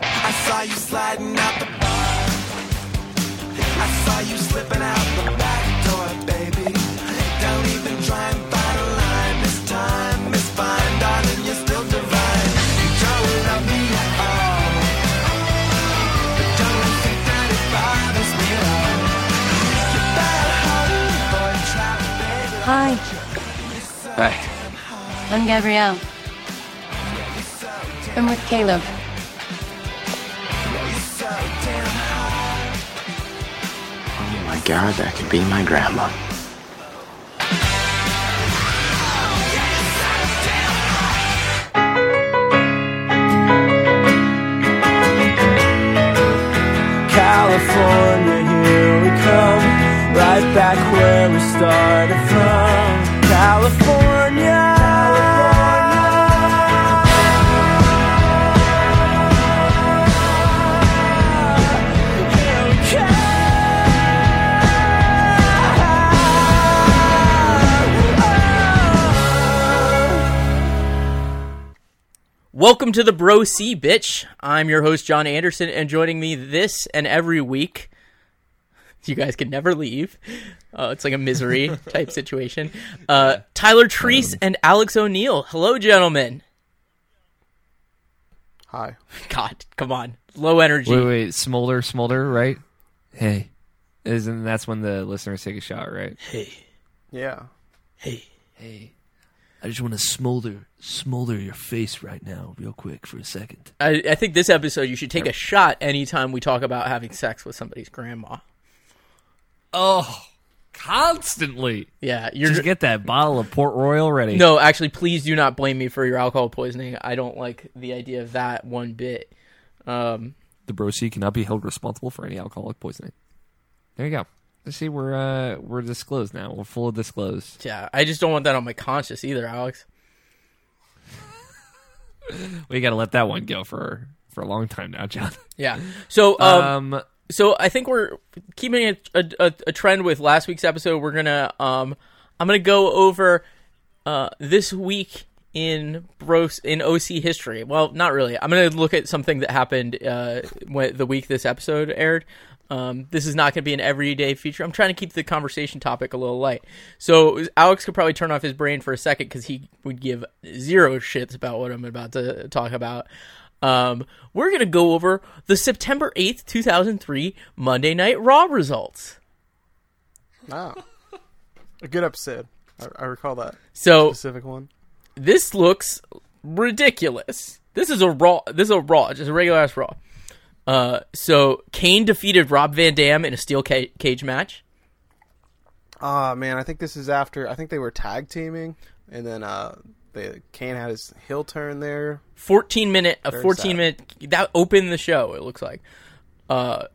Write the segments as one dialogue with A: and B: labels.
A: saw you sliding out the bar. I saw you slipping out the back door, baby. Don't even try and find a line. This time is fine, darling. You're still divine. You don't love me at all. But don't think that it bothers me at all. You're that hard for a trap, baby.
B: Hi,
C: Hi.
B: I'm Gabrielle. I'm with Caleb.
C: Oh my god, that could be my grandma.
D: California, here we come. Right back where we started from. California. Here we come.
E: Welcome to the Bro C Bitch. I'm your host, John Anderson, and joining me this and every week, you guys can never leave. Uh, it's like a misery type situation. Uh, Tyler
F: Um,
E: Treese and Alex O'Neill. Hello, gentlemen.
G: Hi.
E: God, come on. Low energy.
F: Wait, wait, smolder, smolder, right? Hey, isn't that's when the listeners take a shot, right?
G: Yeah.
H: Hey, I just want to smolder, smolder your face right now, real quick, for a second.
E: I, I think this episode, you should take a shot anytime we talk about having sex with somebody's grandma.
F: Oh, constantly.
E: Yeah, you're
F: Just get that bottle of Port Royal ready.
E: No, actually, please do not blame me for your alcohol poisoning. I don't like the idea of that one bit. Um,
F: The Brosi cannot be held responsible for any alcoholic poisoning. There you go. Let's see, we're uh, we're disclosed now. We're full of disclosed.
E: yeah, I just don't want that on my conscience either, Alex.
F: We got to let that one go for for a long time now, John.
E: Yeah. So, um,
F: Um,
E: so I think we're keeping a, a, a, a trend with last week's episode. We're gonna, um, I'm gonna go over uh, this week in bros in OC history. Well, not really. I'm gonna look at something that happened uh, when the week this episode aired. Um, this is not going to be an everyday feature. I'm trying to keep the conversation topic a little light. So Alex could probably turn off his brain for a second because he would give zero shits about what I'm about to talk about. Um, we're going to go over the September 8th, 2003 Monday Night Raw results.
G: Wow. A good episode. I, I recall that
E: So
G: specific one.
E: this looks ridiculous. This is a raw. This is a raw, just a regular ass raw. Uh, so Kane defeated Rob Van Dam in a steel ca- cage match.
G: Ah, man, I think this is after. I think they were tag teaming, and then uh, they Kane had his heel turn there.
E: 14 minute a
G: Very
E: 14
G: sad.
E: minute that opened the show it looks like uh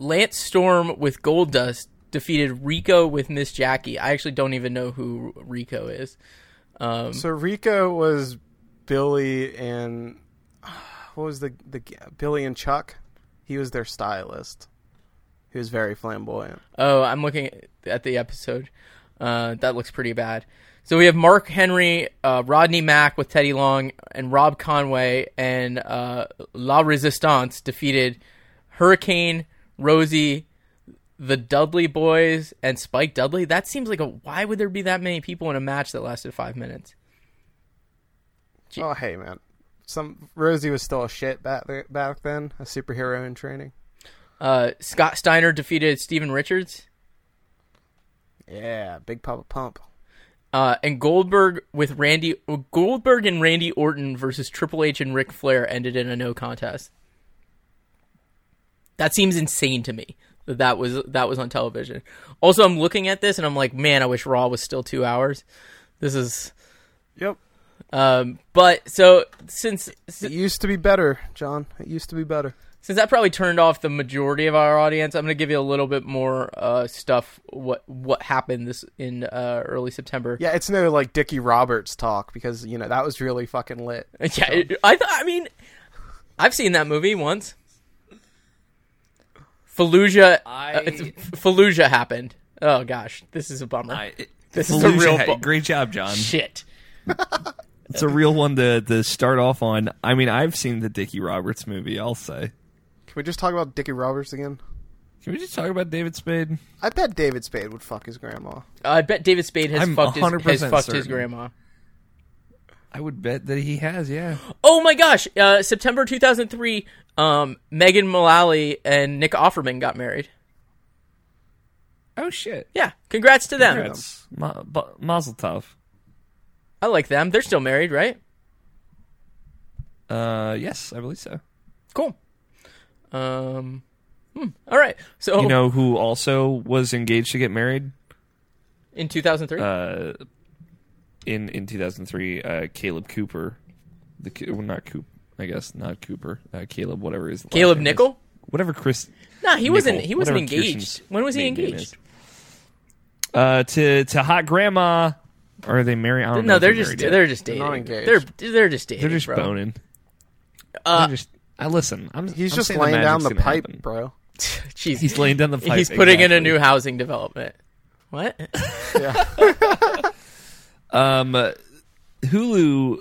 E: lance storm with gold dust defeated rico with miss jackie i actually don't even know who rico is um
G: So Rico was Billy and what was the the Billy and Chuck? He was their stylist. He was very flamboyant.
E: oh i'm looking at the episode uh that looks pretty bad so we have mark henry uh rodney mack with teddy long and rob conway and uh la resistance defeated hurricane rosie the Dudley boys and Spike Dudley. That seems like a why would there be that many people in a match that lasted five minutes? Gee.
G: Oh, hey, man. Some Rosie was still a shit back th- back then, a superhero in training.
E: Uh, Scott Steiner defeated Steven Richards
G: Yeah, Big Papa Pump.
E: uh, and Goldberg with Randy Goldberg and Randy Orton versus Triple H and Ric Flair ended in a no contest. That seems insane to me that that was that was on television. Also, I'm looking at this and I'm like, man, I wish Raw was still two hours. This is,
G: Yep.
E: um, but so since
G: It used to be better, John. It used to be better.
E: since that probably turned off the majority of our audience, I'm going to give you a little bit more uh, stuff. What what happened this in uh, early September?
G: Yeah, it's no like Dickie Roberts talk because you know that was really fucking lit.
E: yeah. it- I th- I mean, I've seen that movie once. Fallujah.
F: I-
E: uh, it's- Fallujah happened. Oh gosh, this is a bummer.
F: I-
E: This is a real
F: Fallujah.
E: bu-
F: great job, John.
E: Shit.
F: It's a real one to to start off on. I mean, I've seen the Dickie Roberts movie. I'll say.
G: Can we just talk about Dickie Roberts again?
F: Can we just talk about David Spade?
G: I bet David Spade would fuck his grandma.
E: I bet David Spade has
F: I'm
E: fucked his, has
F: 100%
E: fucked his
F: certain.
E: grandma.
F: I would bet that he has. Yeah.
E: Oh my gosh! Uh, September 2003, um, Megan Mullally and Nick Offerman got married.
F: Oh shit.
E: Yeah, congrats to them.
F: That's ma- bu- Mazel Tov.
E: I like them. They're still married, right?
F: Uh, yes, I believe so.
E: Cool. Um, hmm, all right. So
F: You know who also was engaged to get married
E: in 2003,
F: uh, in in 2003? Uh, Caleb Cooper, the Coo- well, not Coop, I guess not Cooper. Uh, Caleb, whatever his last
E: Caleb
F: name is.
E: Nickel.
F: whatever Chris.
E: Nah, he wasn't.
F: Nickel,
E: He wasn't
F: whatever
E: engaged.
F: Kirsten's
E: when was he
F: maiden name
E: engaged?
F: is. Uh, to to hot grandma. Or are they married? I don't know.
E: No,
F: if
E: they're just
F: married yet.
E: they're just dating.
G: not engaged.
E: They're they're just dating.
F: they're just
E: bro.
F: boning.
E: Uh,
F: They're just- I listen. I'm,
G: He's
F: I'm
G: just
F: saying
G: laying down
F: magic's
G: the
F: gonna
G: pipe,
F: happen.
G: bro.
E: Jeez.
F: He's laying down the pipe.
E: He's putting in a
F: exactly.
E: new housing development. What?
F: Um, uh, Hulu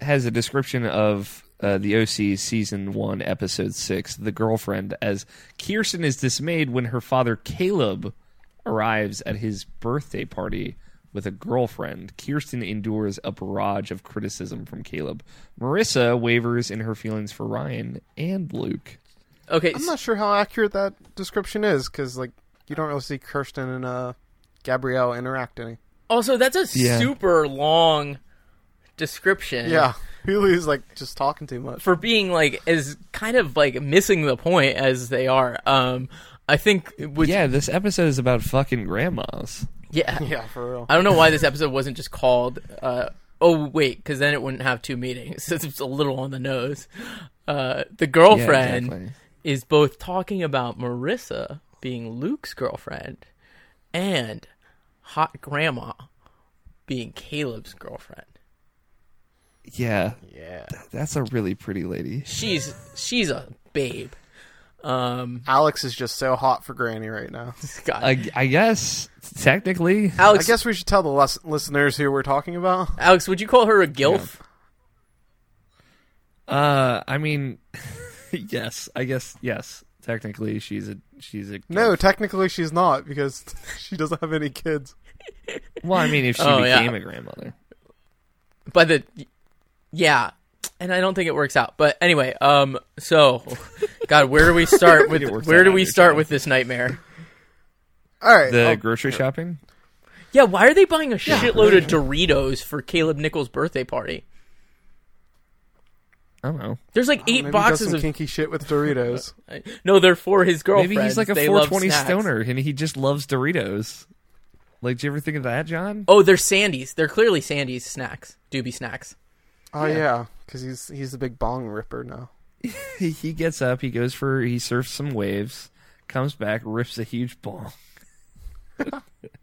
F: has a description of uh, the OC season one, episode six, the girlfriend, as Kirsten is dismayed when her father Caleb arrives at his birthday party with a girlfriend. Kirsten endures a barrage of criticism from Caleb. Marissa wavers in her feelings for Ryan and Luke.
E: Okay.
G: I'm not sure how accurate that description is because, like, you don't really see Kirsten and uh, Gabrielle interact any.
E: Also, that's a
F: Yeah.
E: super long description.
G: Yeah, Hulu's like just talking too much.
E: For being like as kind of like missing the point as they are. Um, I think it would.
F: yeah, this episode is about fucking grandmas.
E: yeah.
G: Yeah, for real.
E: I don't know why this episode wasn't just called. Uh, oh wait, because then it wouldn't have two meetings. It's a little on the nose. Uh, the girlfriend
F: exactly.
E: is both talking about Marissa being Luke's girlfriend and hot grandma being Caleb's girlfriend.
F: Yeah,
G: Yeah,
F: that's a really pretty lady.
E: She's she's a babe. Um,
G: Alex is just so hot for Granny right now.
E: God.
F: I, I guess technically,
G: I
E: Alex,
G: guess we should tell the les- listeners who we're talking about.
E: Alex, would you call her a gilf?
F: Uh, I mean, yes, I guess yes. Technically, she's a she's a
G: No, technically she's not because she doesn't have any kids.
F: Well, I mean, if she
E: Oh, yeah.
F: became a grandmother,
E: By the yeah, and I don't think it works out. But anyway, um, so God, where do we start with
F: It works
E: where
F: out
E: do we
F: either
E: start
F: time.
E: with this nightmare?
G: All right, Oh,
F: the
E: Oh.
F: grocery shopping.
E: Yeah, why are they buying a shitload of Doritos for Caleb Nichols' birthday party?
F: I don't know.
E: There's like eight
G: maybe he does
E: boxes
G: some
E: of
G: kinky shit with Doritos.
E: no, they're for his girlfriend.
F: Maybe he's like a
E: They
F: four
E: love
F: twenty
E: snacks.
F: stoner, and he just loves Doritos. Like, do you ever think of that, John?
E: Oh, they're Sandy's. They're clearly Sandy's snacks, doobie snacks.
G: oh yeah, because he's he's the big bong ripper now.
F: He, he gets up, he goes for, he surfs some waves, comes back, rips a huge ball, and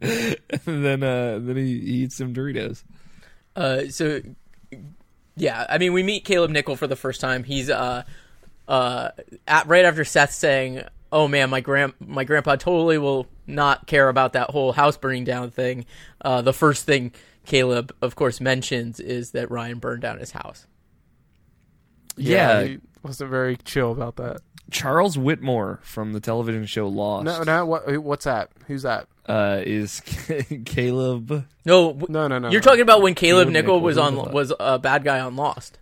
F: then uh, then he, he eats some Doritos.
E: Uh, so yeah, I mean, we meet Caleb Nickel for the first time. He's uh, uh, at, right after Seth saying, "Oh man, my grand my grandpa totally will not care about that whole house burning down thing." Uh, the first thing Caleb, of course, mentions is that Ryan burned down his house.
F: Yeah,
G: he wasn't very chill about that.
F: Charles Whitmore from the television show Lost.
G: No, no, what what's that? Who's that?
F: uh, is Caleb.
E: No, w-
G: No, no, no.
E: You're talking about when Caleb,
F: Caleb
E: Nickel
F: Nickel
E: was on
F: was on-
E: was a bad guy on Lost.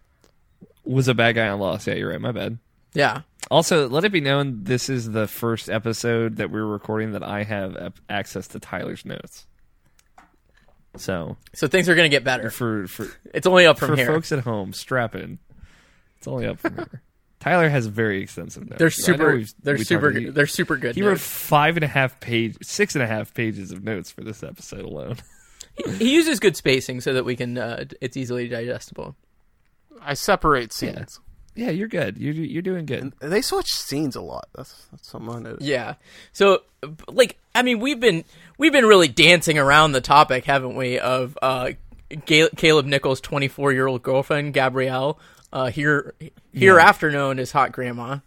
F: was a bad guy on Lost. Yeah, you're right. My bad.
E: Yeah.
F: Also, let it be known this is the first episode that we're recording that I have ap- access to Tyler's notes. So
E: So things are going to get better.
F: for for
E: It's only up from
F: for
E: here.
F: folks at home, strap in. It's only up from here. Tyler has very extensive notes.
E: they're
F: I know
E: super.
F: we've-
E: They're
F: we
E: super.
F: talked- he-
E: they're super good.
F: He
E: dude.
F: wrote five and a half page, six and a half pages of notes for this episode alone.
E: he uses good spacing so that we can uh, it's easily digestible.
G: I separate scenes.
F: Yeah, you're good. You're you're doing good.
G: They switch scenes a lot. That's that's something I noticed.
E: Yeah. So like I mean we've been we've been really dancing around the topic, haven't we, of uh Gal- Caleb Nichols' 24-year-old girlfriend Gabrielle, uh here hereafter known as hot grandma,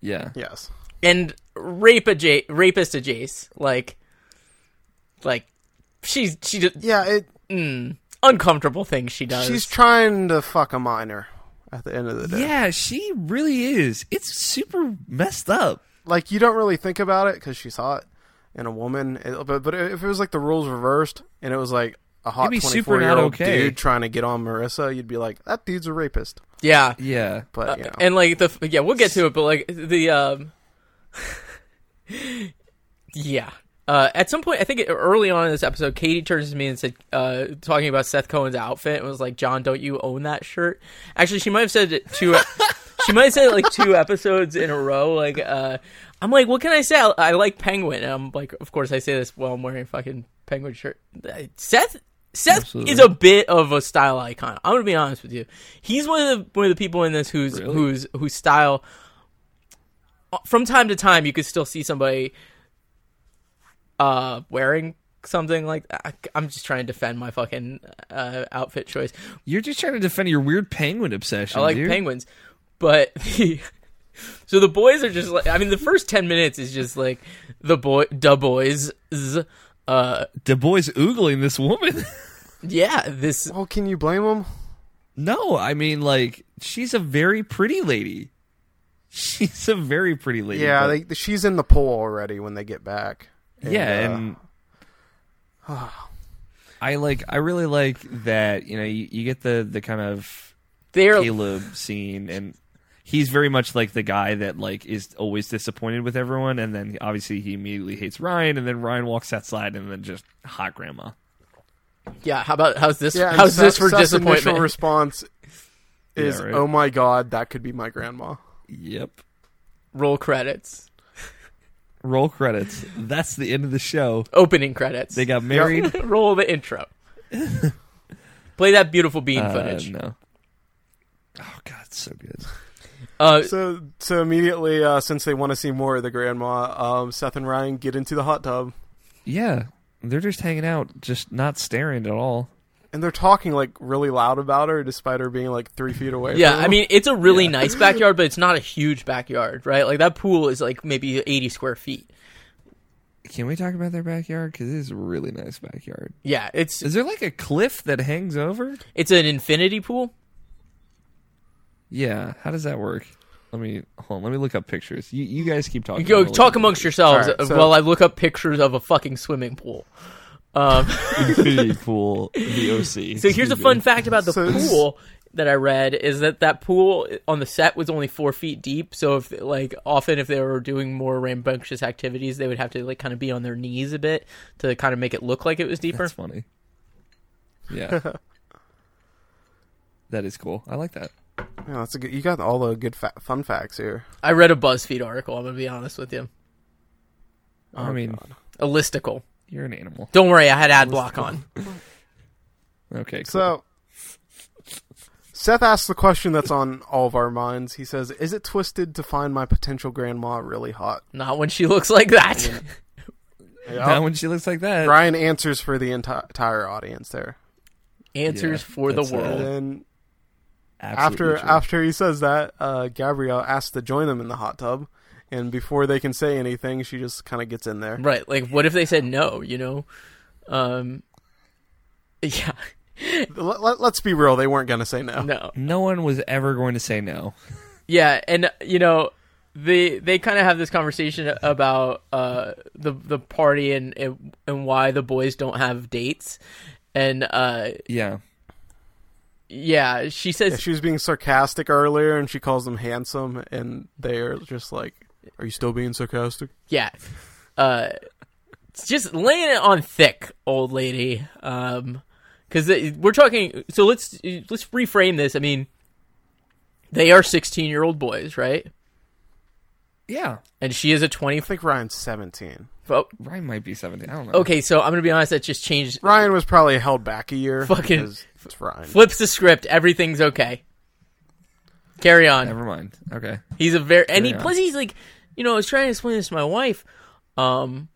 F: yeah.
G: Yes.
E: and rape adja- rapist adjace, like like she's she just
G: Yeah. It.
E: uncomfortable things she does.
G: She's trying to fuck a minor at the end of the day.
F: Yeah, she really is. It's super messed up.
G: Like you don't really think about it because she's hot and a woman. It- but but if it was like the rules reversed and it was like a hot
F: It'd be
G: twenty
F: super
G: four
F: not
G: year old
F: okay.
G: dude trying to get on Marissa, you'd be like, that dude's a rapist.
E: yeah,
F: Yeah.
G: But you know,
E: and like the yeah, we'll get to it, but like the um, yeah. Uh, at some point, I think early on in this episode, Katie turns to me and said, uh, talking about Seth Cohen's outfit, and was like, "John, don't you own that shirt?" Actually, she might have said it two. she might have said it like two episodes in a row. Like, uh, I'm like, what can I say? I, I like Penguin, and I'm like, of course I say this while I'm wearing a fucking Penguin shirt. Uh, Seth. Seth
F: Absolutely.
E: is a bit of a style icon. I'm gonna be honest with you. He's one of the one of the people in this who's who's whose style from time to time you could still see somebody uh wearing something like I, I'm just trying to defend my fucking uh, outfit choice.
F: You're just trying to defend your weird penguin obsession.
E: I like
F: dude.
E: penguins, but the, so the boys are just like I mean the first ten minutes is just like the boy the boys uh
F: Du Bois oogling this woman.
E: yeah this
G: well, can you blame him?
F: no, I mean like she's a very pretty lady. She's a very pretty lady.
G: Yeah,
F: but-
G: they, she's in the pool already when they get back.
F: yeah,
G: uh,
F: and I like. I really like that. You know, you, you get the the kind of
E: they're
F: Caleb scene, and he's very much like the guy that like is always disappointed with everyone, and then obviously he immediately hates Ryan, and then Ryan walks outside, and then just hot grandma.
E: yeah how about how's this
G: yeah. and
E: how's this
G: Seth-
E: for
G: Seth's
E: disappointment
G: Initial response is,
F: Yeah, right.
G: "Oh my god, that could be my grandma."
F: Yep.
E: roll credits
F: Roll credits. That's the end of the show.
E: opening credits
F: They got married.
E: roll the intro play that beautiful bean
F: Uh,
E: footage
F: no. Oh god, it's so good.
E: uh
G: So, so immediately, uh, since they want to see more of the grandma, um, Seth and Ryan get into the hot tub
F: Yeah, they're just hanging out, just not staring at all.
G: and they're talking like really loud about her, despite her being like three feet away.
E: Yeah,
G: from
E: I
G: them.
E: mean it's a really nice backyard, but it's not a huge backyard, right? Like that pool is like maybe eighty square feet.
F: Can we talk about their backyard? Because it is a really nice backyard.
E: Yeah, it's
F: Is there like a cliff that hangs over?
E: it's an infinity pool.
F: Yeah. How does that work? Let me hold on. Let me look up pictures. You you guys keep talking.
E: Go
F: I'll look
E: talk
F: up
E: amongst yourselves
G: Alright, so-
E: while I look up pictures of a fucking swimming pool. Um,
F: Infinity pool. The OC.
E: so here's a fun fact about the
G: So it's-
E: pool that I read is that that pool on the set was only four feet deep. So if like often if they were doing more rambunctious activities, they would have to like kind of be on their knees a bit to kind of make it look like it was deeper.
F: That's funny. Yeah. that is cool. I like that.
G: Yeah, that's a good. You got all the good fa- fun facts here.
E: I read a BuzzFeed article. I'm gonna be honest with you, Oh,
G: Oh,
F: I mean,
E: a listicle.
F: you're an animal.
E: Don't worry, I had ad block on.
F: Okay. Cool.
G: So, Seth asks the question that's on all of our minds. He says, "Is it twisted to find my potential grandma really hot?"
E: Not when she looks like that.
F: now when she looks like that,
G: Ryan answers for the enti- entire audience there.
E: Answers
F: Yeah,
E: for the
F: that's, uh,
G: And
E: world.
G: then
F: absolutely
G: after
F: true.
G: after he says that, uh, Gabrielle asks to join them in the hot tub, and before they can say anything, she just kind of gets in there.
E: Right. Like, what if they said no, you know? Um, yeah.
G: Let, let, let's be real; they weren't gonna say no.
E: No.
F: no one was ever going to say no.
E: Yeah. And, you know, they they kind of have this conversation about uh, the the party and, and and why the boys don't have dates. And, uh,
F: Yeah.
E: yeah, she says,
G: Yeah, She was being sarcastic earlier, and she calls them handsome, and they're just like, "Are you still being sarcastic?"
E: yeah. Uh, it's just laying it on thick, old lady. Um, because we're talking. So let's let's reframe this. I mean, they are sixteen year old boys, right?
F: Yeah.
E: And she is a twenty.
G: I think Ryan's seventeen.
E: Oh,
F: Ryan might be 17. I don't know.
E: okay, so I'm gonna be honest. That just changed.
G: Ryan was probably held back a year.
E: Fucking-
G: because it's Ryan.
E: Flips the script. Everything's okay. Carry on.
F: Never mind. Okay.
E: He's a very and he
F: Yeah.
E: plus he's like, you know, I was trying to explain this to my wife, um,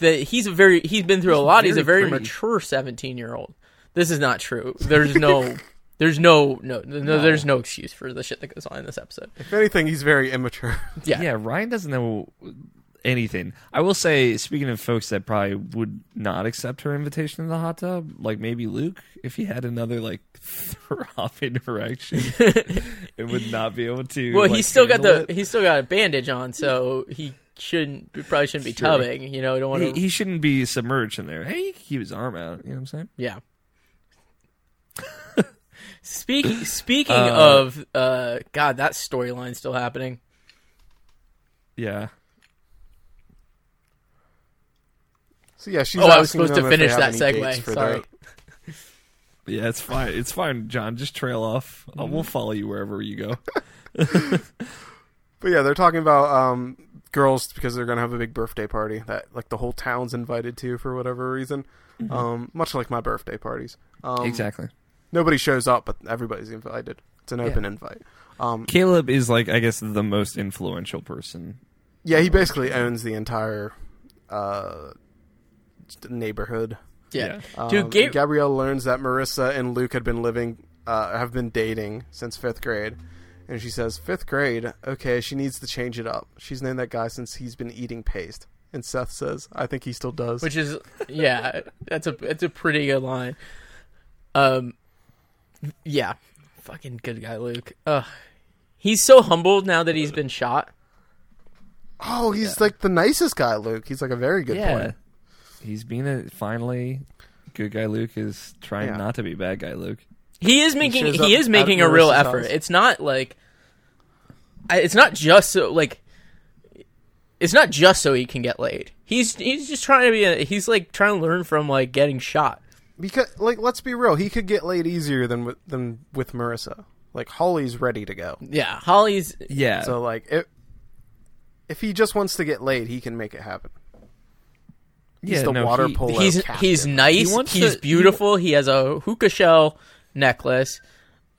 E: that he's a very he's been through a lot. he's a
F: very
E: very
F: pretty.
E: mature seventeen year old. This is not true. There's no, there's no, no, no, there's no excuse for the shit that goes on in this episode.
G: if anything, he's very immature.
E: Yeah,
F: Yeah, Ryan doesn't know anything. I will say, speaking of folks that probably would not accept her invitation to the hot tub, like maybe Luke, if he had another like throbbing erection, it would not be able to.
E: Well,
F: like,
E: he's still got
F: handle
E: the
F: it.
E: he's still got a bandage on, so he shouldn't he probably shouldn't be
F: Sure.
E: tubbing. You know, don't want
F: He,
E: to.
F: he shouldn't be submerged in there. Hey, he can keep his arm out. You know what I'm saying?
E: Yeah. Speak, speaking of uh, God, that storyline's still happening.
F: Yeah.
G: So yeah, she's
E: Oh, I was
G: asking
E: supposed to
G: them if they
E: finish
G: have
E: that
G: any
E: segue.
G: dates for
E: Sorry.
G: their-
F: Yeah, it's fine. It's fine, John. Just trail off. Uh, We'll follow you wherever you go.
G: But yeah, they're talking about um, girls because they're gonna have a big birthday party that like the whole town's invited to for whatever reason.
E: Mm-hmm.
G: Um, much like my birthday parties. Um,
F: exactly.
G: Nobody shows up, but everybody's invited. It's an open invite. Um,
F: Caleb is like, I guess, the most influential person.
G: yeah, he basically owns the entire uh, neighborhood.
E: Yeah,
G: Um,
E: dude, Ga-
G: Gabrielle learns that Marissa and Luke had been living, uh, have been dating since fifth grade, and she says, fifth grade, okay, she needs to change it up. She's known that guy since he's been eating paste." And Seth says, "I think he still does."
E: which is yeah, that's a that's a pretty good line. Um, yeah, fucking good guy, Luke. Ugh. he's so humbled now that he's been shot.
G: oh, he's like the nicest guy, Luke. He's like a very good boy.
F: He's being a finally good guy. Luke is trying
G: Yeah.
F: not to be bad guy. Luke.
E: He is making
G: shows
E: he,
G: up
E: is
G: at
E: making a real
G: Marissa's
E: effort.
G: house.
E: It's not like I, it's not just so like it's not just so he can get laid. He's he's just trying to be a, he's like trying to learn from like getting shot.
G: Because, like, let's be real, he could get laid easier than with, than with Marissa. Like, Holly's ready to go.
E: Yeah, Holly's
F: Yeah.
G: So, like, if if he just wants to get laid, he can make it happen. He's
F: yeah,
G: the
F: no,
G: water
F: he-
G: polo
E: he's
G: captain.
E: he's nice.
F: He wants
E: he's
F: to-
E: beautiful. He, has a hookah shell necklace,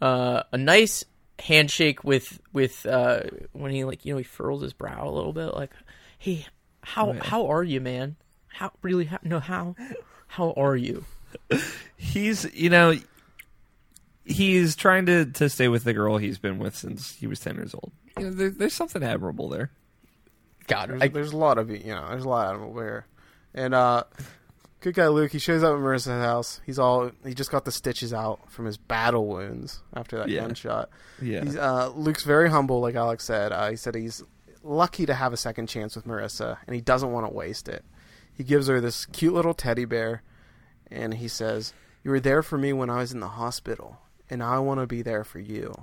E: uh, a nice handshake with with uh, when he like you know he furls his brow a little bit like, hey, how how are you, man? How really? How, no, how how are you?
F: He's you know he's trying to to stay with the girl he's been with since he was ten years old. You know, there, there's something admirable there.
E: God,
G: There's,
E: I,
G: there's a lot of you know. There's a lot of them over here. And uh, good guy Luke, he shows up at Marissa's house. He's all he just got the stitches out from his battle wounds after that
F: Yeah.
G: gunshot.
F: Yeah.
G: He's, uh, Luke's very humble, like Alex said. Uh, he said he's lucky to have a second chance with Marissa, and he doesn't want to waste it. He gives her this cute little teddy bear, and he says, "You were there for me when I was in the hospital, and I want to be there for you."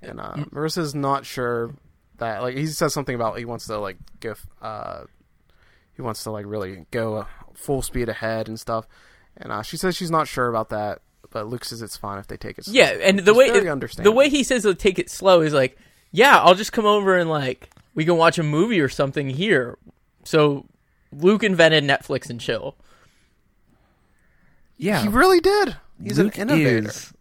G: And uh, Marissa's not sure that, like, he says something about he wants to like go, f- uh, he wants to like really go uh, full speed ahead and stuff. And uh, she says she's not sure about that, but Luke says it's fine if they take it. slow.
E: yeah, and the
G: He's
E: way
G: very
E: the
G: understanding.
E: way he says to take it slow is like, yeah, I'll just come over and like we can watch a movie or something here. So Luke invented Netflix and chill.
F: Yeah.
G: He really did. He's
F: Luke
G: an innovator.
F: is-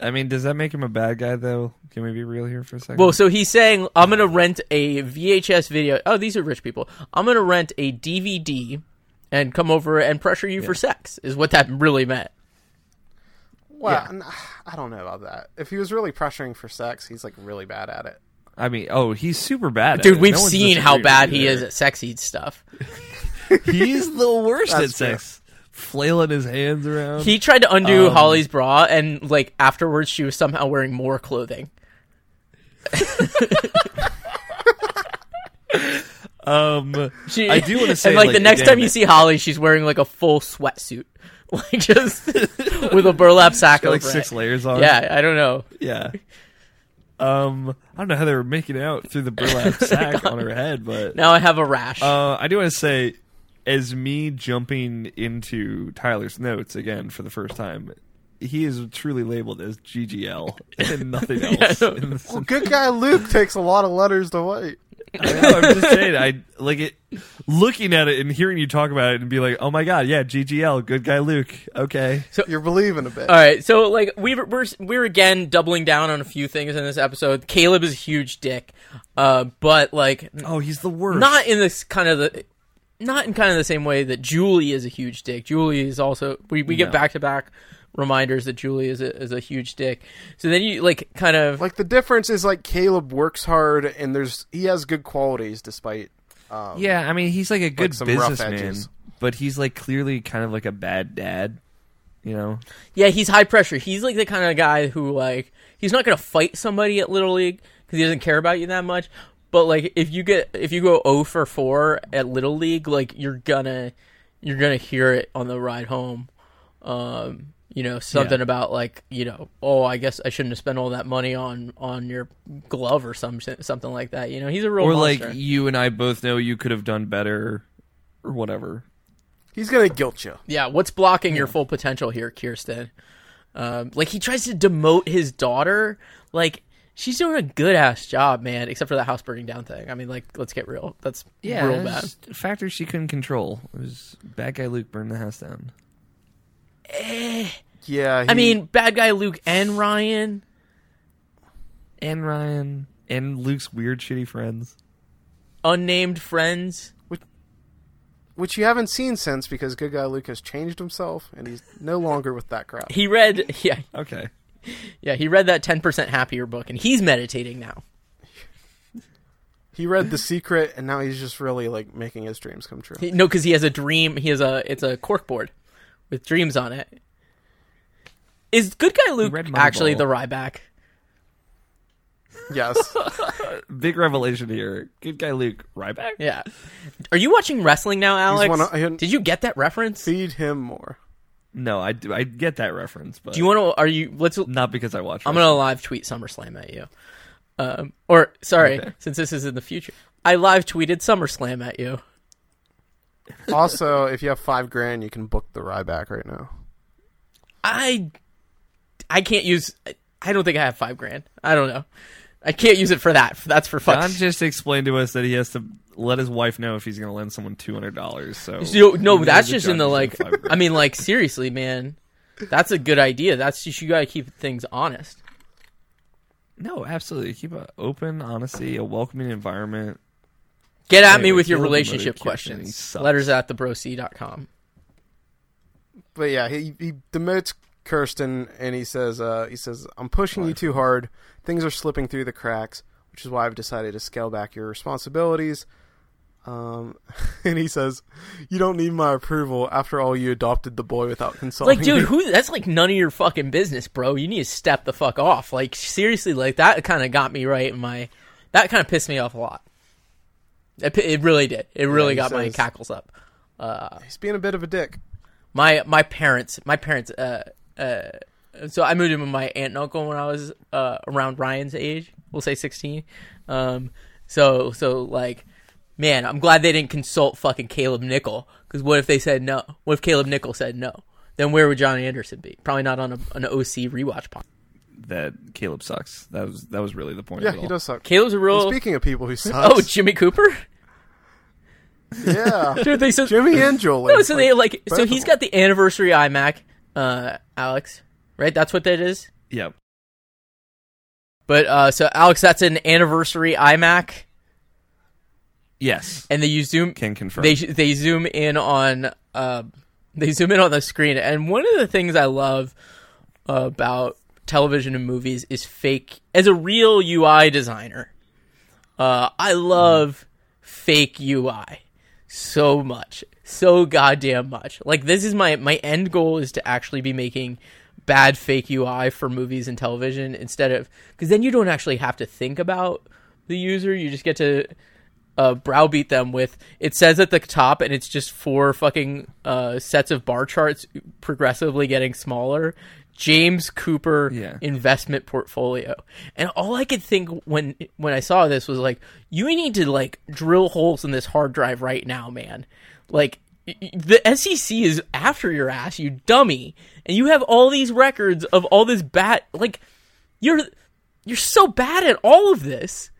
F: I mean, does that make him a bad guy though? Can we be real here for a second?
E: Well, so he's saying I'm gonna rent a VHS video. Oh, these are rich people. I'm gonna rent a DVD and come over and pressure you for sex. Is what that really meant.
G: Well, n- I don't know about that. If he was really pressuring for sex, he's like really bad at it.
F: I mean, oh, he's super bad, at
E: Dude,
F: it.
E: we've
F: No one's
E: seen how
F: disagreeing
E: bad
F: with
E: he
F: you
E: is
F: there.
E: at sexy stuff.
F: He's the worst at
G: That's
F: sex, flailing his hands around.
E: He tried to undo
F: Um,
E: Holly's bra, and like afterwards, she was somehow wearing more clothing.
F: um,
E: She,
F: I do want to say,
E: and like, the
F: like,
E: next
F: again-
E: time you see Holly, she's wearing like a full sweatsuit, like just with a burlap sack
F: got like
E: over
F: six
E: it.
F: layers on.
E: Yeah, I don't know.
F: yeah. Um, I don't know how they were making out through the burlap sack on her head, but
E: Now I have a rash.
F: uh, I do want to say, as me jumping into Tyler's notes again for the first time, he is truly labeled as GGL and nothing else.
E: Yeah.
F: in this
G: Well, good guy Luke takes a lot of letters to write.
F: no, I'm just saying. I like it. Looking at it and hearing you talk about it and be like, "Oh my god, yeah, GGL, good guy Luke." Okay,
G: You're believing a bit.
E: All right, so like we were, we're we're again doubling down on a few things in this episode. Caleb is a huge dick, uh, but like
F: oh, he's the worst.
E: not in this kind of the, not in kind of the same way that Julie is a huge dick. Julie is also we, we get
F: No.
E: back to back reminders that Julie is a, is a huge dick. So then you like kind of
G: Like the difference is like Caleb works hard and there's he has good qualities despite
F: yeah, I mean, he's like a good
G: some rough
F: businessman,
G: edges.
F: but he's like clearly kind of like a bad dad. You know,
E: Yeah, he's high pressure. He's like the kind of guy who like he's not gonna fight somebody at Little League because he doesn't care about you that much. But like if you get if you go 0 for four at Little League, like you're gonna you're gonna hear it on the ride home. Um, you know something
F: Yeah.
E: about like you know oh I guess I shouldn't have spent all that money on on your glove or some something like that. You know he's a real
F: or
E: monster.
F: like you and I both know you could have done better, or whatever.
G: He's gonna guilt you.
E: Yeah, what's blocking your full potential here, Kirsten? Um, like he tries to demote his daughter. Like she's doing a good ass job, man. Except for the house burning down thing. I mean, like let's get real. That's real
F: it was
E: bad.
F: just factors she couldn't control. It was bad guy Luke burned the house down.
G: Yeah.
E: I
G: he-
E: mean, bad guy Luke and Ryan.
F: and Ryan and Luke's weird shitty friends.
E: Unnamed friends.
G: which you haven't seen since because good guy Luke has changed himself and he's no longer with that crowd.
E: He read, yeah,
F: Okay.
E: yeah. He read that ten percent happier book, and he's meditating now.
G: He read The Secret and now he's just really like making his dreams come true.
E: He- No, because he has a dream. He has a it's a cork board with dreams on it. Is good guy Luke
F: read Moneyball.
E: actually the Ryback?
G: Yes.
F: Big revelation here. Good guy Luke Ryback.
E: Yeah. Are you watching wrestling now, Alex?
G: one of- I hadn't-
E: Did you get that reference?
G: Feed him more.
F: No, I, do- I get that reference, but
E: Do you want to? Are you? Let's. I'm
F: not because I watch.
E: gonna live tweet SummerSlam at you. Um, or sorry,
F: Okay.
E: since this is in the future, I live tweeted SummerSlam at you.
G: Also, if you have five grand, you can book the Ryback right now.
E: I, I can't use. I- I don't think I have five grand. I don't know. I can't use it for that. That's for
F: John
E: fun.
F: just explained to us that he has to let his wife know if he's gonna lend someone two hundred dollars.
E: No,
F: So
E: no,
F: we know
E: that's
F: that
E: just
F: John
E: in the
F: doesn't
E: like.
F: have five grand.
E: I mean, like seriously, man. That's a good idea. That's just you gotta keep things honest.
F: no, absolutely. Keep an open honesty, a welcoming environment.
E: Get at me
F: Anyway,
E: with your
F: Caleb Murray
E: relationship
F: kicks and he
E: questions.
F: sucks.
E: Letters at thebrosea.com.
G: But yeah, he, he demotes Kirsten and he says, uh, he says, I'm pushing you too hard. Things are slipping through the cracks, which is why I've decided to scale back your responsibilities. Um, and he says, you don't need my approval. After all, you adopted the boy without consulting.
E: Like, dude,
G: me."
E: who? That's like none of your fucking business, bro. You need to step the fuck off. Like, seriously, like that kind of got me right in my. That kind of pissed me off a lot. It, pi- it really did. It really
G: he
E: got my
G: says-
E: cackles up.
G: he's being a bit of a dick.
E: My my parents, my parents. Uh, uh, so I moved in with my aunt and uncle when I was uh around Ryan's age. We'll say sixteen. Um, so so like, man, I'm glad they didn't consult fucking Caleb Nickel. Because what if they said no? What if Caleb Nickel said no? Then where would John Anderson be? Probably not on a, an OC rewatch pod.
F: That Caleb sucks. That was that was really the point.
G: Yeah,
F: of it
G: he
F: all.
G: does suck.
E: Caleb's a real.
G: Speaking of people who suck,
E: Oh, Jimmy Cooper.
G: yeah,
E: Dude, they so
G: Jimmy and Joel.
E: no, so they like
G: both
E: so
G: of
E: he's
G: them.
E: got the anniversary iMac, uh, Alex, right? That's what that is.
F: Yeah.
E: But uh, so Alex, that's an anniversary iMac,
F: Yes.
E: and they you zoom
F: Can confirm.
E: they they zoom in on uh, they zoom in on the screen, and one of the things I love about television and movies is fake. As a real UI designer, uh, I love fake UI so much, so goddamn much. Like this is my my end goal is to actually be making bad fake UI for movies and television instead of because then you don't actually have to think about the user. You just get to uh, browbeat them with it says at the top and it's just four fucking uh, sets of bar charts progressively getting smaller james cooper
F: Yeah.
E: investment portfolio and all i could think when when i saw this was like you need to like drill holes in this hard drive right now man like y- y- the SEC is after your ass, you dummy, and you have all these records of all this bad. Like, you're you're so bad at all of this.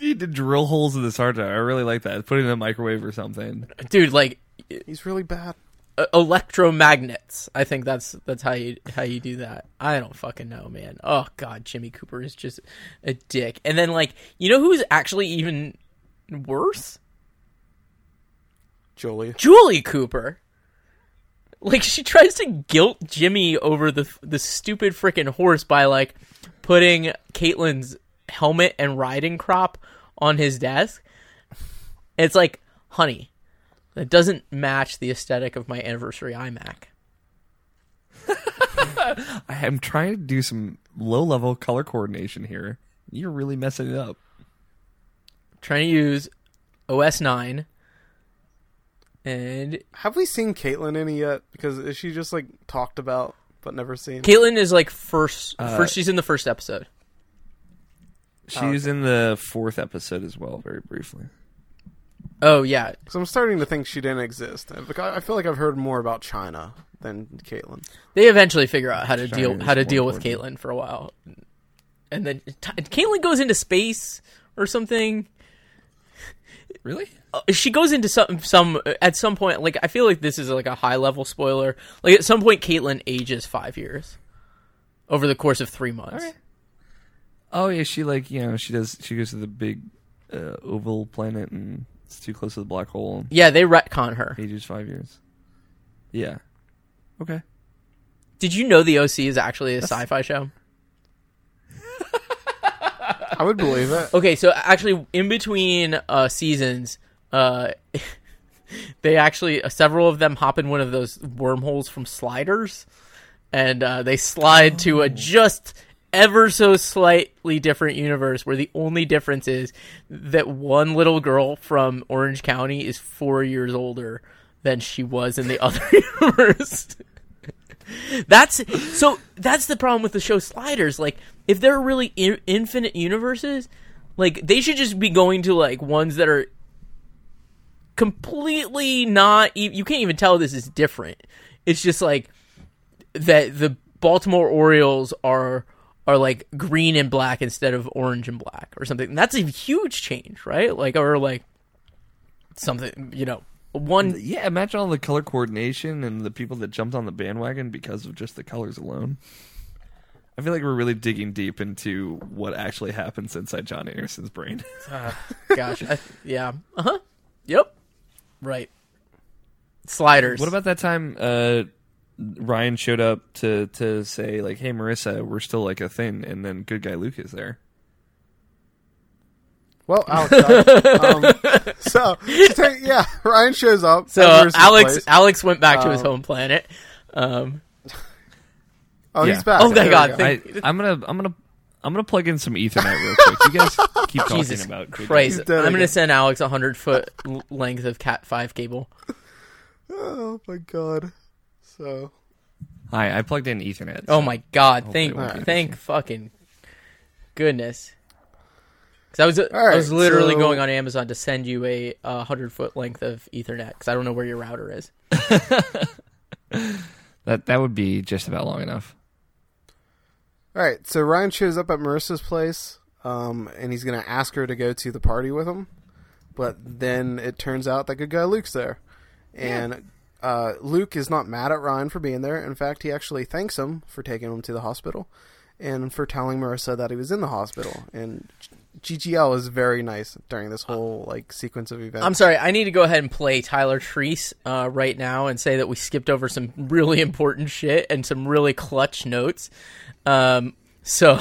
F: need to drill holes in this hard drive. I really like that. Put it in a microwave or something.
E: dude like
G: he's really bad.
E: uh, electromagnets i think that's that's how you how you do that i don't fucking know man oh god jimmy cooper is just a dick and then like you know who's actually even worse
G: Jolie.
E: julie cooper like she tries to guilt jimmy over the the stupid freaking horse by like putting Caitlyn's helmet and riding crop on his desk. It's like, honey, that doesn't match the aesthetic of my anniversary iMac.
F: I am trying to do some low level color coordination here. You're really messing it up.
E: trying to use OS nine, and
G: Have we seen Caitlyn in it yet? Because is she just like talked about but never seen?
E: Caitlyn is like first. first, she's in the first episode.
F: She's in the fourth episode as well, very briefly.
E: Oh yeah,
G: Because I'm starting to think she didn't exist. I- because I feel like I've heard more about China than Caitlyn.
E: they eventually figure out how to deal
F: is
E: how to
F: more
E: deal with Caitlyn for a while, and then Ty- Caitlyn goes into space or something. Uh,
F: Really?
E: she goes into some some at some point like i feel like this is like a high level spoiler like at some point caitlyn ages five years over the course of three months
F: Alright. Oh yeah, she like you know she does she goes to the big uh, oval planet and it's too close to the black hole. And
E: yeah they retcon her
F: ages five years. Yeah. Okay.
E: did you know the oc is actually a sci-fi show
G: I would believe it.
E: okay so actually in between uh seasons uh they actually uh, several of them hop in one of those wormholes from sliders and uh they slide to a just ever so slightly different universe where the only difference is that one little girl from orange county is four years older than she was in the other universe that's so that's the problem with the show sliders like if there are really I- infinite universes like they should just be going to like ones that are completely not e- you can't even tell this is different it's just like that the baltimore orioles are are like green and black instead of orange and black or something and that's a huge change right like or like something you know one
F: Yeah, imagine all the color coordination and the people that jumped on the bandwagon because of just the colors alone. I feel like we're really digging deep into what actually happens inside John Anderson's brain.
E: gosh I, yeah uh-huh yep right sliders
F: What about that time uh, Ryan showed up to to say like, "Hey, Marissa, we're still like a thing," and then good guy Luke is there.
G: Well, Alex. died. um, so, so, yeah, Ryan shows up.
E: So
G: at Marissa's
E: Alex
G: place.
E: Alex went back to his
G: Um,
F: Oh.
E: home planet. Um,
G: oh,
F: Yeah.
G: he's back.
E: Oh, thank
G: There we
E: God,
G: go.
E: thank-
F: I, I'm gonna I'm gonna I'm gonna plug in some Ethernet real quick. You guys keep talking
E: Jesus
F: about good guy
E: Christ!
G: He's
E: I'm
G: dead
E: going to
G: again.
E: send Alex a hundred foot l- length of Cat five cable.
G: oh my God. So
F: Hi, I plugged in Ethernet.
E: Oh my God! Thank
F: it won't
G: be
E: thank fucking goodness. Because I was I
G: right,
E: was literally
G: so-
E: going on Amazon to send you a uh, hundred foot length of Ethernet because I don't know where your router is.
F: that that would be just about long enough.
G: All right, so Ryan shows up at Marissa's place, um, and he's gonna ask her to go to the party with him, but then it turns out that good guy Luke's there, and uh, Luke is not mad at Ryan for being there. In fact, he actually thanks him for taking him to the hospital, and for telling Marissa that he was in the hospital. And G- GGL is very nice during this whole like sequence of events.
E: I'm sorry. I need to go ahead and play Tyler Treese uh, right now and say that we skipped over some really important shit and some really clutch notes. Um, so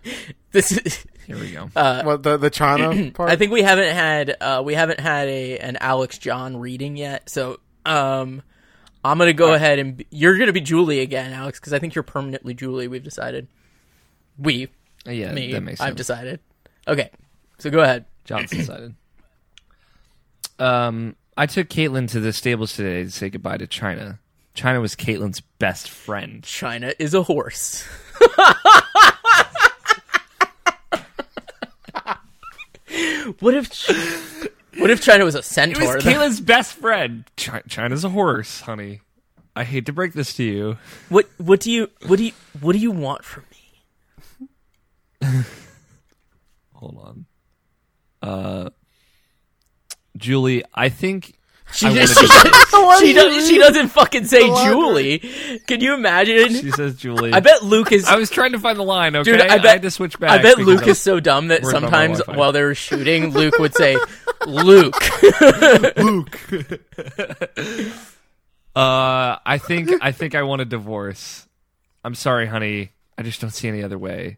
E: this is.
F: Here we go.
E: Uh,
G: what the the China part?
E: I think we haven't had uh, we haven't had a an Alex John reading yet. So um, I'm gonna go ahead and be, you're gonna be Julie again, Alex, because I think you're permanently Julie. We've decided. We
F: Uh, yeah,
E: me
F: that makes sense.
E: I've decided. Okay, so go ahead.
F: John's decided. Um, I took Caitlin to the stables today to say goodbye to China. China was Caitlin's best friend.
E: China is a horse. what if what if China was a
F: It was
E: centaur?
F: Caitlin's best friend. Chi- China's a horse, honey. I hate to break this to you.
E: what what do you what do you what do you want from me?
F: Hold on. Uh, Julie, I think
E: She,
F: I
E: just,
F: wanna
E: she, does, she,
F: do
E: does, she doesn't fucking say
G: library.
E: Julie. Can you imagine?
F: she says Julie.
E: I bet Luke is.
F: I was trying to find the line. Okay,
E: Dude, I bet-
F: had to switch back.
E: I bet
F: because
E: Luke
F: was-
E: is so dumb that
F: worried about my
E: sometimes
F: Wi-Fi.
E: while they were shooting, Luke would say, "Luke."
F: Uh, I think I think I want a divorce. I'm sorry, honey. I just don't see any other way.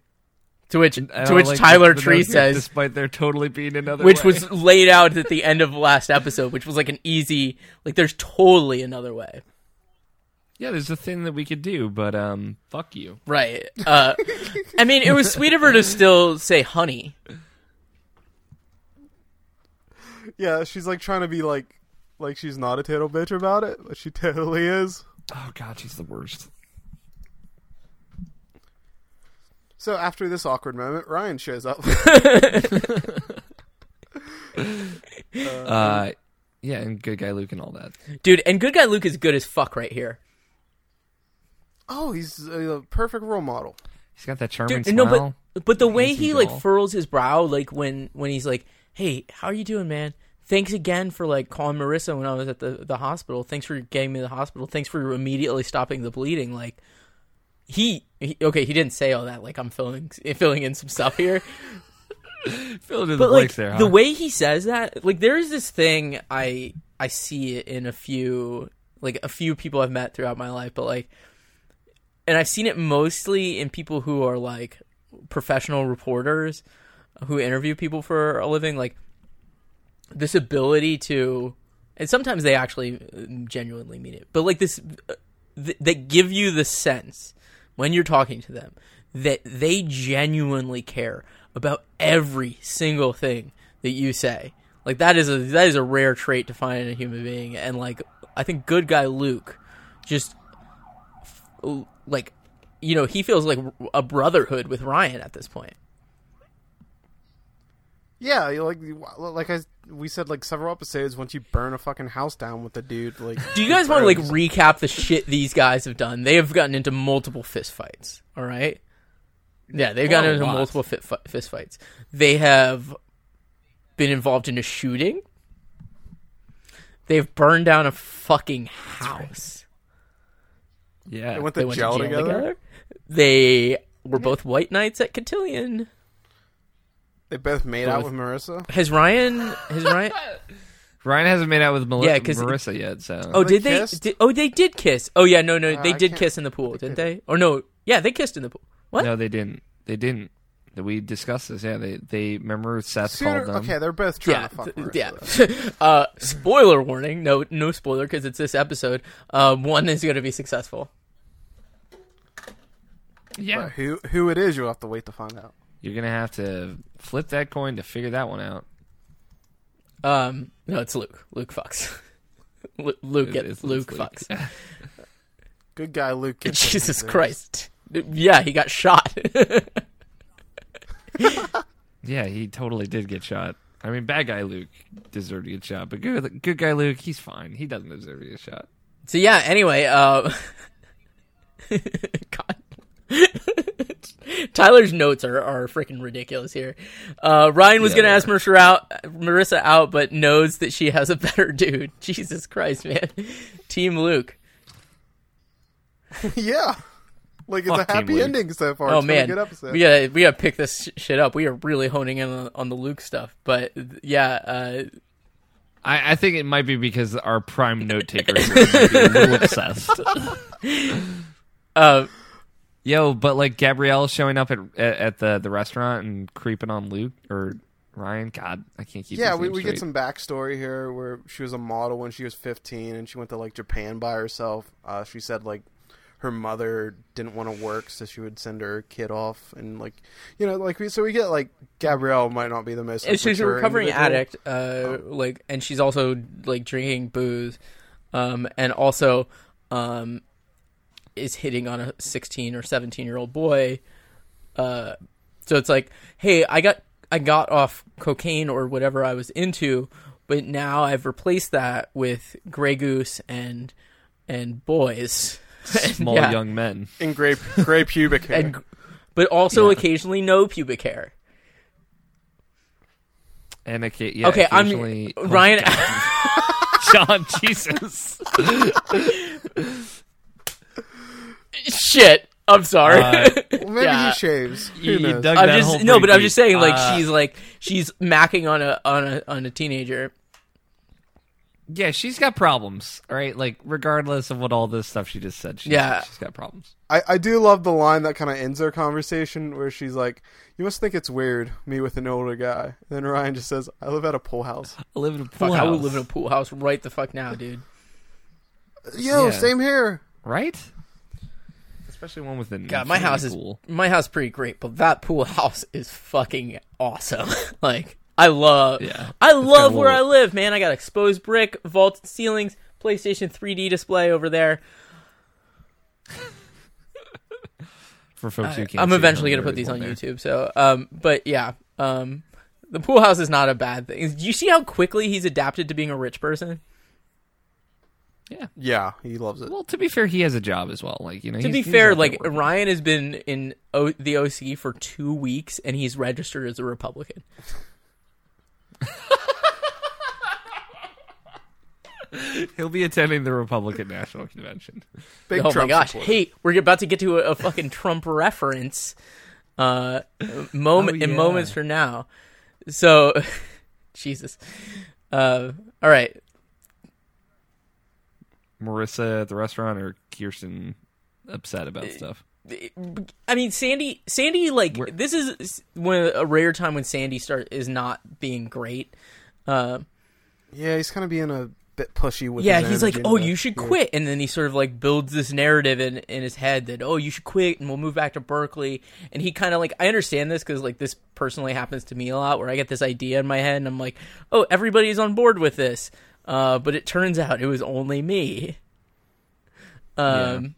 E: To which
F: I
E: to
F: don't
E: which
F: like
E: Tyler
F: the- the
E: Tree
F: notes,
E: says,
F: despite there totally being another,
E: which
F: way.
E: was laid out at the end of last episode, which was like an easy, like there's totally another way,
F: yeah, there's a thing that we could do, but um, fuck you.
E: right? Uh, I mean, it was sweet of her to still say honey,
G: Yeah, she's like trying to be like, like she's not a total bitch about it, but she totally is.
F: Oh god, she's the worst.
G: So after this awkward moment, Ryan shows up.
F: Uh, yeah, and good guy Luke and all that.
E: dude. And good guy Luke is good as fuck right here.
G: oh, he's a perfect role model.
F: He's got that charming
E: Dude,
F: smile.
E: no, but but the way
F: Handsome
E: he like
F: doll.
E: furrows his brow, like when when he's like, "Hey, how are you doing, man? Thanks again for like calling Marissa when I was at the the hospital. Thanks for getting me to the hospital. Thanks for immediately stopping the bleeding." Like he, he okay, he didn't say all that. Like I'm filling filling in some stuff here,
F: Fill it in the
E: but like
F: blanks there, huh?
E: the way he says that, like there is this thing I I see it in a few like a few people I've met throughout my life, but like, and I've seen it mostly in people who are like professional reporters who interview people for a living, like this ability to, and sometimes they actually genuinely mean it, but like this, th- that give you the sense when you're talking to them that they genuinely care about every single thing that you say. Like that is a that is a rare trait to find in a human being, and like I think good guy Luke just f- like you know he feels like a brotherhood with Ryan at this point.
G: Yeah, you like like I we said like several episodes. Once you burn a fucking house down with the dude, like
E: Do you guys want to like recap the shit these guys have done? They have gotten into multiple fist fights. All right. Yeah, they've gotten
F: Oh,
E: into
F: lots.
E: multiple fit fi- fist fights. They have been involved in a shooting. They've burned down a fucking house.
F: yeah,
G: they went
E: They
G: to
E: went
G: jail,
E: to jail
G: together.
E: together. They were both white knights at Cotillion.
G: They both made out with Marissa.
E: Has Ryan? Has Ryan?
F: Ryan hasn't made out with Mel-
E: Yeah, 'cause-
F: Marissa yet, so
E: Oh,
G: they
E: did they?
G: kissed?
E: Did, oh, they did kiss. Oh, yeah. No, no,
G: Uh,
E: they
G: I
E: did
G: can't-
E: kiss in the pool, didn't they? Or no? Yeah, they kissed in the pool. What?
F: no, they didn't. They didn't. That we discussed this. Yeah, they they remember Seth
G: Sooner,
F: called them.
G: okay, they're both trying
E: um, yeah,
G: to fuck
E: th-
G: Marissa.
E: yeah. uh, spoiler warning. No, no spoiler because it's this episode. Um, one is going to be successful.
F: Yeah,
G: But who who it is, you'll have to wait to find out.
F: you're gonna have to flip that coin to figure that one out.
E: Um, no, it's Luke. Luke fucks. Lu- Luke,
F: It- it's-
E: Luke
F: it's Luke.
E: fucks.
G: Good guy, Luke. gets it.
E: Jesus Christ. Yeah, he got shot.
F: Yeah, he totally did get shot. I mean, bad guy Luke deserved to get shot, but good good guy Luke, he's fine. He doesn't deserve to get shot.
E: so yeah. Anyway, uh, God. Tyler's notes are, are freaking ridiculous here. Uh, Ryan was
F: Yeah,
E: going to
F: they
E: ask Marissa out, Marissa out, but knows that she has a better dude. Jesus Christ, man. Team Luke.
G: yeah, like it's
F: Fuck
G: a
F: Team
G: happy
F: Luke.
G: ending so far.
E: Oh
G: it's been a
E: man,
G: good episode.
E: we gotta we gotta pick this sh- shit up. We are really honing in on, on the Luke stuff, but th- yeah, uh,
F: I, I think it might be because our prime note takers are gonna be a little obsessed.
E: uh,
F: Yo, but like Gabrielle showing up at, at at the the restaurant and creeping on Luke or Ryan. God, I can't keep.
G: yeah,
F: these
G: we,
F: names
G: we get
F: straight.
G: some backstory here where she was a model when she was 15 and she went to like Japan by herself. Uh, she said like her mother didn't want to work, so she would send her kid off and like you know like we so we get like Gabrielle might not be the most. like,
E: she's a
G: mature
E: recovering
G: individual.
E: addict, uh,
F: Oh.
E: like, and she's also like drinking booze, um, and also, um, is hitting on a sixteen or seventeen year old boy, uh, so it's like, hey, I got I got off cocaine or whatever I was into, but now I've replaced that with Grey Goose and and boys.
F: small
E: yeah.
F: young men.
G: and gray gray pubic hair.
E: and but also occasionally no pubic hair.
F: And okay, yeah,
E: okay, I'm
F: occasionally- oh,
E: Ryan.
F: John Jesus.
E: shit, I'm sorry.
F: Uh,
G: well, maybe
E: yeah.
G: he shaves. Who
F: you, you
G: knows?
F: dug that
E: I'm
F: hole
E: just no,
F: pretty
E: but I'm
F: deep.
E: just saying like
F: Uh,
E: she's like she's macking on a on a on a teenager.
F: yeah, she's got problems, all right? Like, regardless of what all this stuff she just said, she's,
E: Yeah.
F: she's got problems.
G: I, I do love the line that kind of ends their conversation where she's like, "You must think it's weird, me with an older guy." Then Ryan just says, "I live at a pool house."
F: I live in a pool
E: Fuck, I would
F: house.
E: live in a pool house right the fuck now, dude.
G: Yo,
F: Yeah.
G: same here.
F: right? Especially one with an
E: God, my house is
F: infinity pool.
E: my house is pretty great, but that pool house is fucking awesome. like I love,
F: Yeah.
E: I love
F: got a
E: where I
F: little-
E: live, man. I got exposed brick, vaulted ceilings, PlayStation 3D display over there.
F: for folks who can't.
E: I'm
F: see
E: eventually
F: her
E: gonna put
F: really
E: these
F: well
E: on
F: there.
E: YouTube. So, um, but yeah, um, the pool house is not a bad thing. Do you see how quickly he's adapted to being a rich person?
G: Yeah, he loves it.
F: Well, to be fair, he has a job as well. Like you know,
E: To be fair, like Ryan has been in o- the OC for two weeks and he's registered as a Republican.
F: he'll be attending the Republican National Convention.
G: Big
E: oh
G: Trump
E: my gosh!
G: supporter.
E: Hey, we're about to get to a, a fucking Trump reference uh, moment
F: Oh,
E: in
F: yeah.
E: moments from now. So, Jesus. Uh, all right,
F: Marissa at the restaurant or Kirsten upset about stuff.
E: I mean, Sandy. Sandy, like this is when a rare time when Sandy start is not being great. Uh,
G: Yeah, he's kind of being a bit pushy with.
E: yeah,
G: his
E: he's like,
G: energy
E: "Oh,
G: and
E: you
G: that.
E: should
G: Yeah.
E: quit," and then he sort of like builds this narrative in in his head that, "Oh, you should quit, and we'll move back to Berkeley." And he kind of like, I understand this because like this personally happens to me a lot, where I get this idea in my head, and I'm like, "Oh, everybody's on board with this," uh, but it turns out it was only me. Um.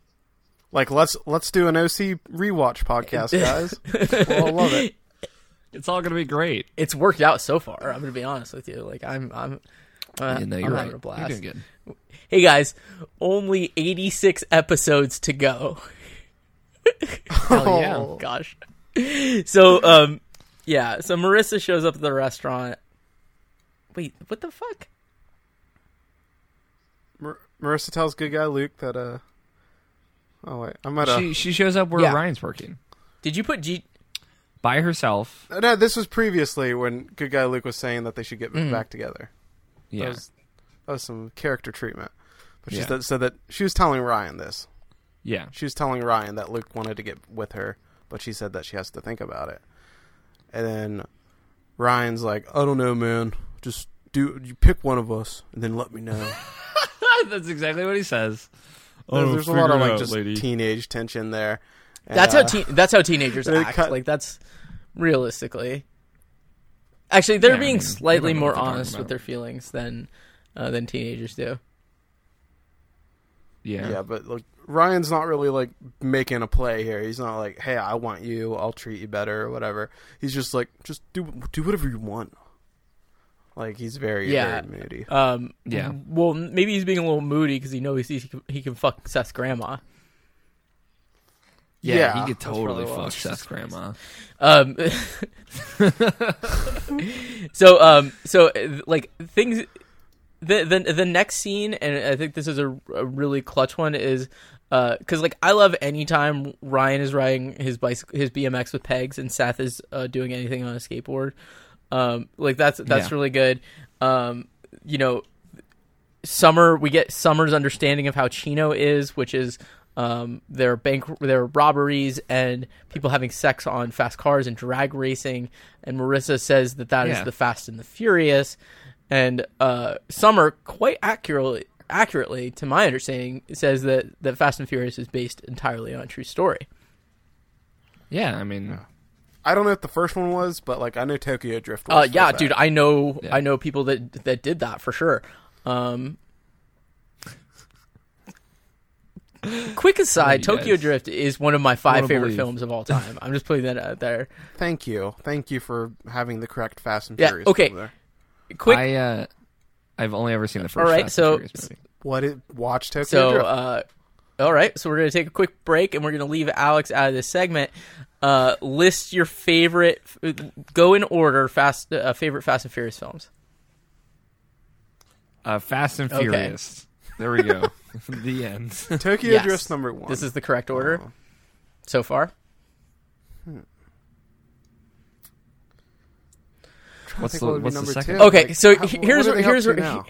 G: Like let's let's do an OC rewatch podcast, guys. We'll all love it.
F: It's all gonna be great.
E: it's worked out so far. I'm gonna be honest with you. Like I'm, I'm, uh,
F: Yeah, no, you're
E: I'm
F: right.
E: having a blast.
F: You're doing good.
E: Hey guys, only 86 episodes to go.
G: Oh,
E: Oh gosh. So um, yeah. So Marissa shows up at the restaurant. Wait, what the fuck?
G: Mar- Marissa tells good guy Luke that uh. Oh wait, I'm at
F: She she shows up where
E: Yeah.
F: Ryan's working
E: Did you put G?
F: by herself.
G: a. No, this was previously when good guy Luke was saying that they should get
E: Mm-hmm.
G: back together.
F: Yeah,
G: That was, that was some character treatment. But she
F: Yeah.
G: said, said that she was telling Ryan this.
F: yeah.
G: She was telling Ryan that Luke wanted to get with her, but she said that she has to think about it. And then Ryan's like, "I don't know, man. Just do you pick one of us and then let me know."
F: That's exactly what he says.
G: There's,
F: Oh,
G: there's a lot of
F: figure it
G: like
F: out,
G: just
F: lady.
G: teenage tension there. And,
E: That's
G: uh,
E: how teen that's how teenagers
G: they
E: act.
G: cut-
E: Like that's realistically. Actually, they're
F: Yeah, I
E: being
F: mean, they
E: slightly
F: don't know
E: more
F: what they're talking
E: honest with
F: about.
E: their feelings than uh, than teenagers do.
F: yeah.
G: yeah, but like Ryan's not really like making a play here. He's not like, "Hey, I want you. I'll treat you better or whatever." He's just like, "Just do do whatever you want." Like he's very
E: Yeah.
G: very moody.
E: Um,
F: Yeah.
E: w- Well, maybe he's being a little moody because he knows he can, he can fuck Seth's grandma.
F: Yeah,
G: Yeah,
F: he could
G: that's probably
F: totally
G: why.
F: fuck Seth's grandma.
E: Um, so, um, so uh, like things. The, the the next scene, and I think this is a, a really clutch one, is because like I love any time Ryan is riding his bicycle, his BMX with pegs, and Seth is uh, doing anything on a skateboard. Um, like that's that's
F: Yeah.
E: really good. Um, you know, Summer, we get Summer's understanding of how Chino is, which is um, their bank, their robberies, and people having sex on fast cars and drag racing. And Marissa says that that is
F: Yeah.
E: the Fast and the Furious. And uh, Summer, quite accurately, accurately, to my understanding, says that that Fast and Furious is based entirely on a true story.
F: Yeah, I mean,
G: I don't know what the first one was, but like I know Tokyo Drift.
E: Uh,
G: Was
E: yeah,
G: for that.
E: dude, I know,
F: Yeah.
E: I know people that that did that for sure. Um, quick aside,
F: you
E: Tokyo
F: guys.
E: Drift is one of my five
F: Wanna
E: favorite
F: believe.
E: films of all time. I'm just putting that out there.
G: Thank you, thank you for having the correct Fast and
E: Yeah,
G: Furious.
E: okay.
G: film there.
E: Quick,
F: I uh, I've only ever seen the
E: All
F: first.
E: right,
F: Fast
E: so-
F: and Furious movie.
G: What it watch Tokyo
E: so
G: Drift?
E: uh, all right, so we're gonna take a quick break, and we're gonna leave Alex out of this segment. Uh, list your favorite, go in order, fast uh, favorite Fast and Furious films.
F: Uh, Fast and
E: Okay.
F: Furious. There we go. the end.
G: Tokyo
E: yes.
G: Drift number one. Oh.
E: This is the correct order so far.
F: What's
G: think
F: the
G: what would be
F: what's the
G: number
F: second?
G: two?
E: Okay, so
G: how-
E: here's
G: what are they up
E: here's
G: to now?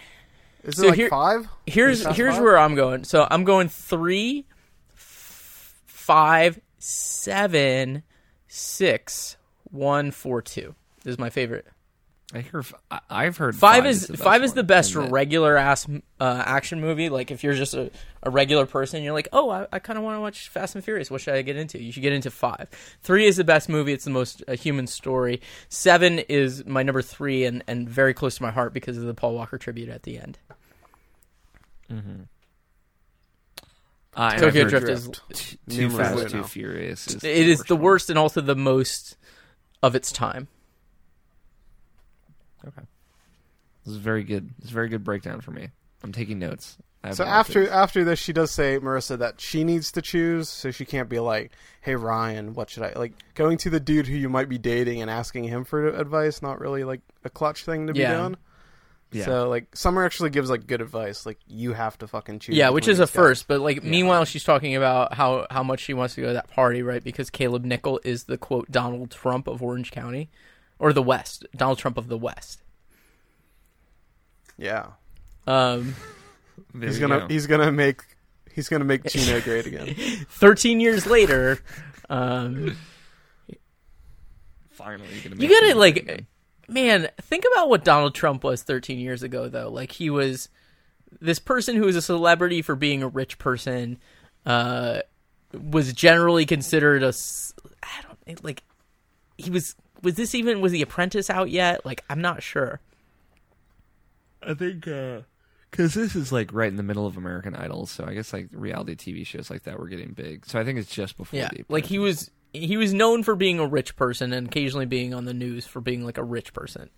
G: Is
E: So
G: it like
E: here-
G: five?
E: Here's
G: Top
E: here's
G: five?
E: where I'm going. So I'm going three, f- five, seven, six, one, four, two. This is my favorite.
F: I hear. f- I- I've heard
E: Five, is five is the
F: one.
E: best
F: And that-
E: regular ass uh, action movie. Like if you're just a, a regular person, you're like, oh, I, I kind of want to watch Fast and Furious. What should I get into? You should get into five. Three is the best movie. It's the most uh, human story. Seven is my number three and and very close to my heart because of the Paul Walker tribute at the end.
F: Uh, and I've
E: Tokyo
F: heard
E: Drift
F: Too
E: is
F: Too
G: numerous
F: Fast,
G: right
F: Too
G: now.
F: Furious. Is
E: it is the
F: one.
E: worst and also the most of its time.
F: This is very good. It's a very good breakdown for me. I'm taking notes. I have
G: So
F: notes.
G: after after this, she does say Marissa that she needs to choose, so she can't be like, "Hey Ryan, what should I like?" Going to the dude who you might be dating and asking him for advice, not really like a clutch thing to be
E: Yeah.
G: done.
F: Yeah.
G: So like Summer actually gives like good advice, like you have to fucking choose.
E: Yeah, which
G: between
E: is a
G: these guys.
E: first, but like meanwhile she's talking about how how much she wants to go to that party, right? Because Caleb Nickel is the quote Donald Trump of Orange County or the West, Donald Trump of the West.
G: Yeah,
E: Um,
F: There
G: he's
F: you
G: gonna
F: go.
G: he's gonna make he's gonna make Chino great again.
E: 13 years later, um,
F: finally you're gonna
E: you
F: make
E: got to
F: something
E: like
F: again.
E: man, think about what Donald Trump was 13 years ago though. Like he was this person who was a celebrity for being a rich person uh was generally considered a s- I don't like he was was this even was the apprentice out yet? Like I'm not sure.
F: I think uh, because this is like right in the middle of American Idol, so I guess like reality TV shows like that were getting big. So I think it's just before.
E: Yeah,
F: Deep
E: like
F: Red.
E: he was he was known for being a rich person and occasionally being on the news for being like a rich person.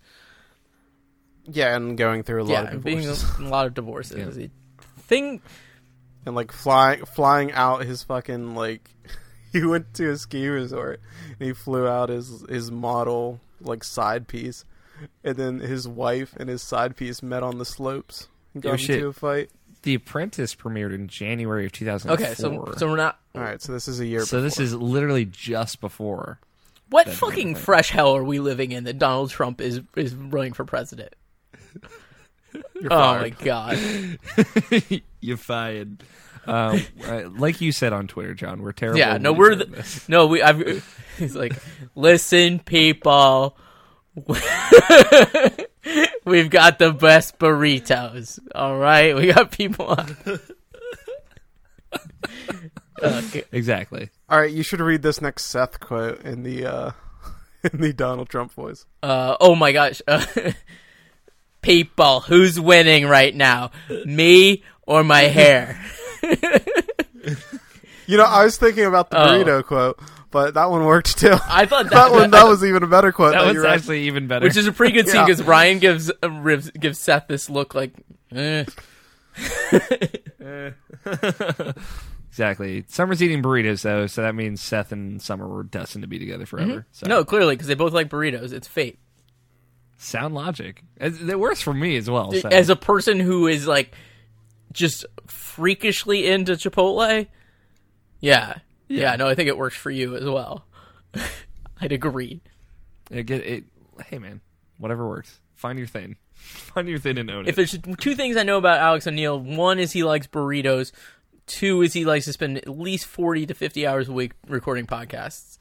G: Yeah, and going through a lot
E: yeah,
G: of
E: being
G: divorces
E: a, a lot of divorces. It- Thing
G: and like flying flying out his fucking like he went to a ski resort and he flew out his his model like side piece and then his wife and his side piece met on the slopes and got
F: Oh,
G: into
F: shit.
G: a fight
F: The Apprentice premiered in January of 2004.
E: okay, so so we're not
G: all right so this is a year
F: So this is literally just before.
E: what
F: That'd be
E: fucking
F: everything.
E: fresh hell are we living in that Donald Trump is is running for president? oh my god.
F: You're fired. Um, uh, like you said on Twitter, John, we're terrible.
E: Yeah, no,
F: We
E: we're
F: deserve
E: the,
F: this.
E: no, we. I've, he's like, listen, people, we've got the best burritos. All right, we got people on. Okay.
F: exactly.
G: all right you should read this next seth quote in the uh in the donald trump voice
E: Uh, oh my gosh, uh, people, who's winning right now, me or my hair?
G: you know i was thinking about the
E: Oh.
G: burrito quote but that one worked too that,
E: I thought that,
G: one that was even a better quote
F: That
G: that
F: was
G: you read.
F: actually even better.
E: which is a pretty good scene
G: Yeah.
E: because Ryan gives uh, ribs- gives Seth this look like. Eh.
F: exactly. Summer's eating burritos though, so that means Seth and Summer were destined to be together forever. So.
E: Mm-hmm. No, clearly because they both like burritos. It's fate.
F: sound logic. As- It works for me as well. So.
E: as a person who is like just freakishly into Chipotle, yeah, yeah, no, I think it works for you as well. I'd agree.
F: It get it. Hey man, whatever works. Find your thing. Find your thing and own
E: If
F: it.
E: there's two things I know about Alex O'Neill, one is he likes burritos. Two is he likes to spend at least forty to fifty hours a week recording podcasts.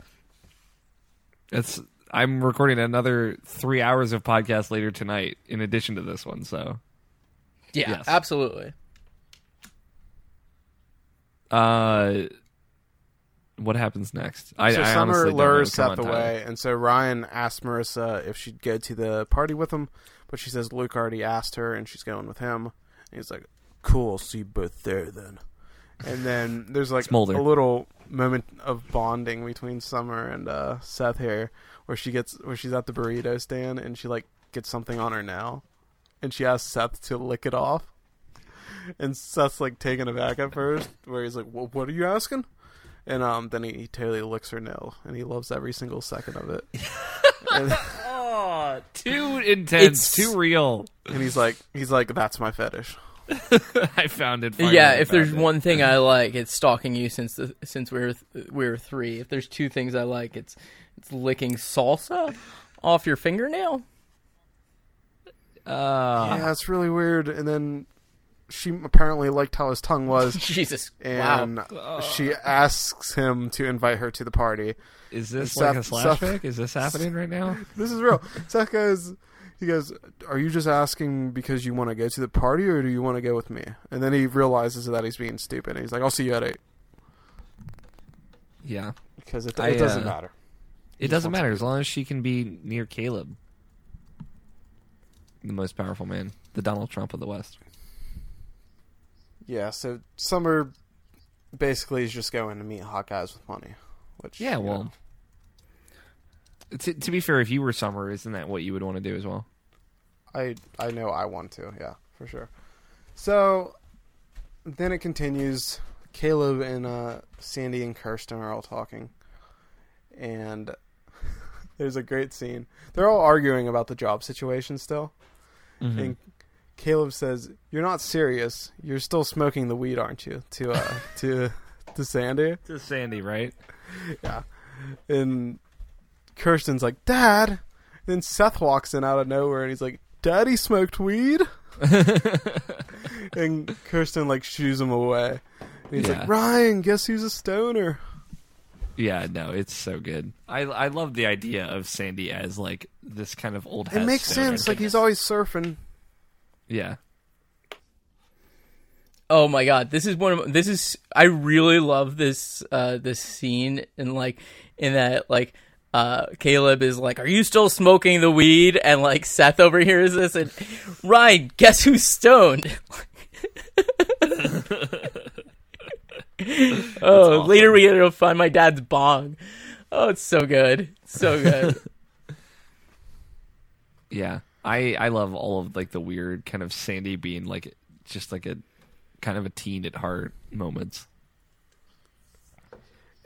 F: It's. I'm recording another three hours of podcast later tonight, in addition to this one. So,
E: Yeah,
F: Yes.
E: absolutely.
F: uh, what happens next? I,
G: So
F: I
G: Summer
F: honestly
G: lures
F: don't know.
G: Seth
F: Come on, Tyler.
G: away, and so Ryan asks Marissa if she'd go to the party with him, but she says Luke already asked her, and she's going with him. And he's like, "Cool, see you both there then." And then there's like
F: Smolder.
G: a little moment of bonding between Summer and uh, Seth here, where she gets where she's at the burrito stand, and she like gets something on her now, and she asks Seth to lick it off. And Seth's like taken aback at first, where he's like, "Wha- "What are you asking?" And um, then he, he totally licks her nail, and he loves every single second of it. and,
F: Too intense,
E: It's-
F: too real.
G: and he's like, he's like, "That's my fetish."
F: I found it. Finally
E: yeah, if
F: found
E: there's
F: it.
E: one thing I like, it's stalking you since the, since we were th- we were three. If there's two things I like, it's it's licking salsa off your fingernail.
G: yeah, it's really weird. And then she apparently liked how his tongue was,
E: Jesus.
G: and
E: wow.
G: she asks him to invite her to the party.
F: Is this
G: Seth-
F: like a
G: Seth-
F: slashback? Is this happening right now?
G: This is real. Seth goes, he goes, "Are you just asking because you want to go to the party, or do you want to go with me?" And then he realizes that he's being stupid. He's like, "I'll see you at eight.
F: Yeah.
G: because it,
F: I,
G: it doesn't
F: uh,
G: matter.
F: It doesn't matter as long as she can be near Caleb, the most powerful man, the Donald Trump of the West.
G: Yeah, so Summer basically is just going to meet Hawkeyes with money. Which
F: Yeah,
G: you
F: well,
G: know,
F: to, to be fair, if you were Summer, isn't that what you would want to do as well?
G: I I know I want to, yeah, for sure. So then it continues. Caleb and uh, Sandy and Kirsten are all talking, and there's a great scene. They're all arguing about the job situation still, and Caleb says, "You're not serious. You're still smoking the weed, aren't you?" To uh, to to Sandy,
F: To Sandy, right?
G: and Kirsten's like, "Dad." Then Seth walks in out of nowhere, and he's like, "Daddy smoked weed," and Kirsten like shoos him away. And he's
F: Yeah.
G: like, "Ryan, guess who's a stoner?"
F: Yeah, no, it's so good. I I love the idea of Sandy as like this kind of old.
G: It makes sense. Like he's always surfing.
F: yeah,
E: Oh my god, this is one of this is I really love this uh this scene and like in that like uh Caleb is like, "Are you still smoking the weed?" and like Seth overhears this and Ryan, guess who's stoned? oh, later we gotta go find my dad's bong. Oh, it's so good, so good.
F: yeah. I I love all of like the weird kind of Sandy being like just like a kind of a teen at heart moments.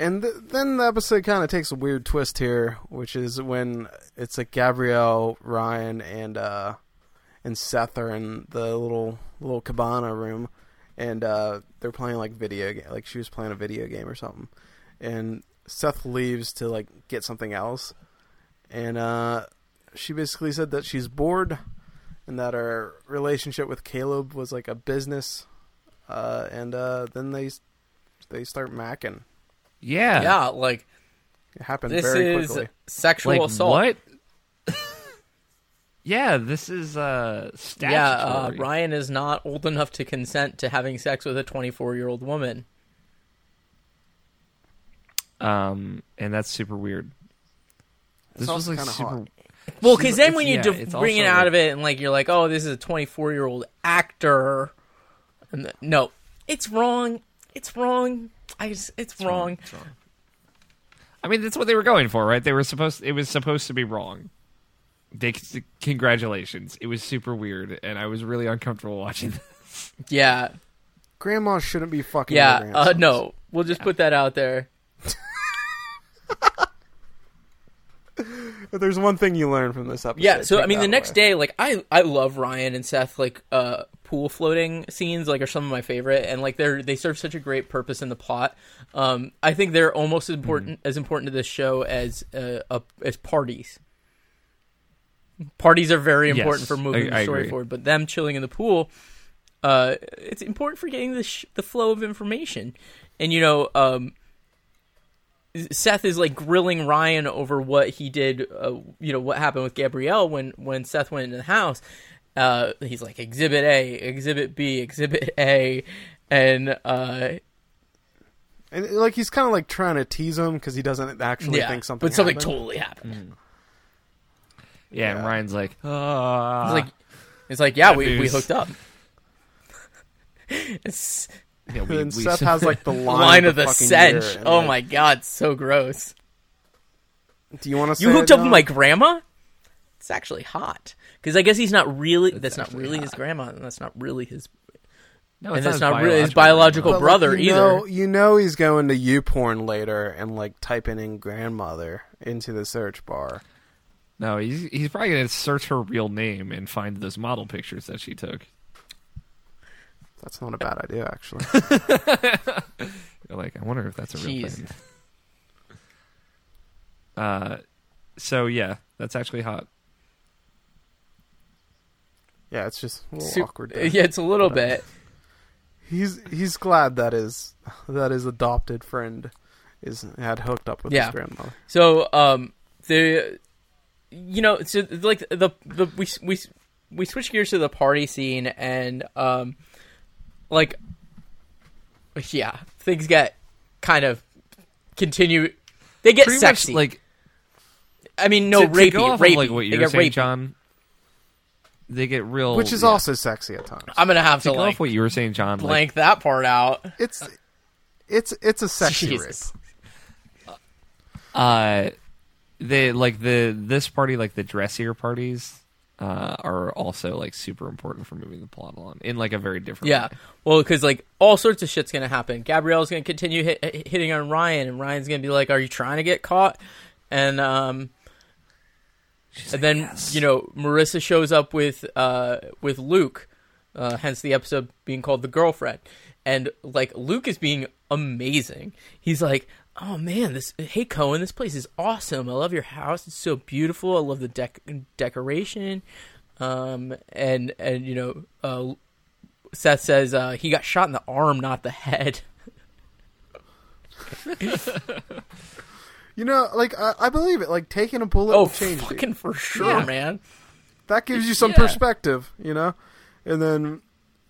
G: And th- then the episode kind of takes a weird twist here, which is when it's like Gabrielle, Ryan, and uh, and Seth are in the little little cabana room, and uh, they're playing like video game, like she was playing a video game or something, and Seth leaves to like get something else, and uh, she basically said that she's bored, and that her relationship with Caleb was like a business, uh, and uh, then they s- they start macking.
F: Yeah,
E: yeah, like
G: It happened
E: this
G: very
E: is
G: quickly.
E: sexual
F: like
E: assault.
F: what? yeah, this is uh statutory.
E: Yeah, uh, Ryan is not old enough to consent to having sex with a 24 year old woman.
F: Um, and that's super weird. This was
G: also
F: like
G: kinda
F: super.
G: hot.
E: Well, because then when you
F: yeah,
E: div-
F: it's
E: bring it
F: also,
E: out
F: like-
E: of it and like you're like, oh, this is a 24 year old actor. And th- no, it's wrong. It's wrong. I just, it's, wrong.
F: I mean, that's what they were going for, right? They were supposed. It was supposed to be wrong. They c- congratulations. It was super weird, and I was really uncomfortable watching. That.
E: Yeah,
G: Grandma shouldn't be fucking. her
E: yeah. Uh,
G: grandsons.
E: no, we'll just put that out there.
G: If there's one thing you learn from this episode.
E: Yeah. So
G: take
E: I mean,
G: that
E: the next
G: away.
E: day, like I, I love Ryan and Seth. Like uh, pool floating scenes, like are some of my favorite, and like they're they serve such a great purpose in the plot. Um, I think they're almost as important as important to this show as uh, a, as parties. Parties are very
F: Yes,
E: important for moving
F: I-
E: the
F: I
E: story
F: agree.
E: forward, but them chilling in the pool, uh, it's important for getting the sh- the flow of information, and you know, um, Seth is like grilling Ryan over what he did, uh, you know, what happened with Gabrielle when when Seth went into the house. Uh, he's like Exhibit A, Exhibit B, Exhibit A, and uh,
G: and, like he's kind of like trying to tease him because he doesn't actually
E: yeah,
G: think something.
E: but something
G: happened.
E: totally happened.
F: Yeah, and
G: Yeah.
F: Ryan's like,
E: It's
G: Mm.
F: ah,
E: like it's like yeah, we, we
F: news.
E: hooked up. it's
F: yeah,
G: And
F: we-
G: then
F: we-
G: Seth has like the line,
E: the line of the
G: fucking
E: cinch.
G: year, and,
E: Oh
G: like,
E: my god, so gross.
G: Do you want to?
E: You hooked up with my grandma? It's actually hot because I guess he's not really. That's, not
F: actually
E: really his
F: hot.
E: grandma, and that's not really his
F: no,
E: and
F: it's
E: that's
F: not,
E: not really his
F: biological.
E: biological brother
G: you
E: either.
G: Know, you know he's going to YouPorn later and like typing in grandmother into the search bar.
F: No, he's he's probably gonna search her real name and find those model pictures that she took.
G: That's not a bad idea actually.
F: You're like, I wonder if that's a real
E: Jeez.
F: thing. Uh, so yeah, that's actually hot.
G: yeah, it's just a little
E: Su-
G: awkward. There.
E: Yeah, it's a little bit.
G: he's he's glad that his that his adopted friend is had hooked up with
E: Yeah.
G: his grandmother.
E: So um the you know so like the the we we we switch gears to the party scene and um like yeah things get kind of continue they get
F: Pretty
E: sexy
F: much like
E: I mean no
F: to,
E: rapey
F: to go off of,
E: rapey
F: like what
E: they
F: you were
E: get
F: saying,
E: rapey.
F: John. They get real,
E: Oh,
G: Which is
F: yeah.
G: also sexy at times.
E: I'm gonna have to
F: To go
E: like
F: off what you were saying, John. Like,
E: blank that part out
G: It's it's it's a sexy
E: Jesus
F: uh, they like the this party, like the dressier parties, uh, are also like super important for moving the plot along in like a very different.
E: yeah
F: way.
E: well because like all sorts of shit's gonna happen Gabrielle's gonna continue hit, hitting on Ryan and Ryan's gonna be like are you trying to get caught and um and then you know Marissa shows up with uh with Luke, uh, hence the episode being called the girlfriend, and like Luke is being amazing. He's like, oh man, this hey Cohen, this place is awesome. I love your house. It's so beautiful. I love the dec- decoration. Um and and you know uh, Seth says uh, he got shot in the arm, not the head.
G: You know, like I, I believe it. Like taking a bullet
E: Oh,
G: will change you.
E: fucking for sure,
F: Yeah.
E: man.
G: that gives you some
F: Yeah.
G: perspective, you know. And then,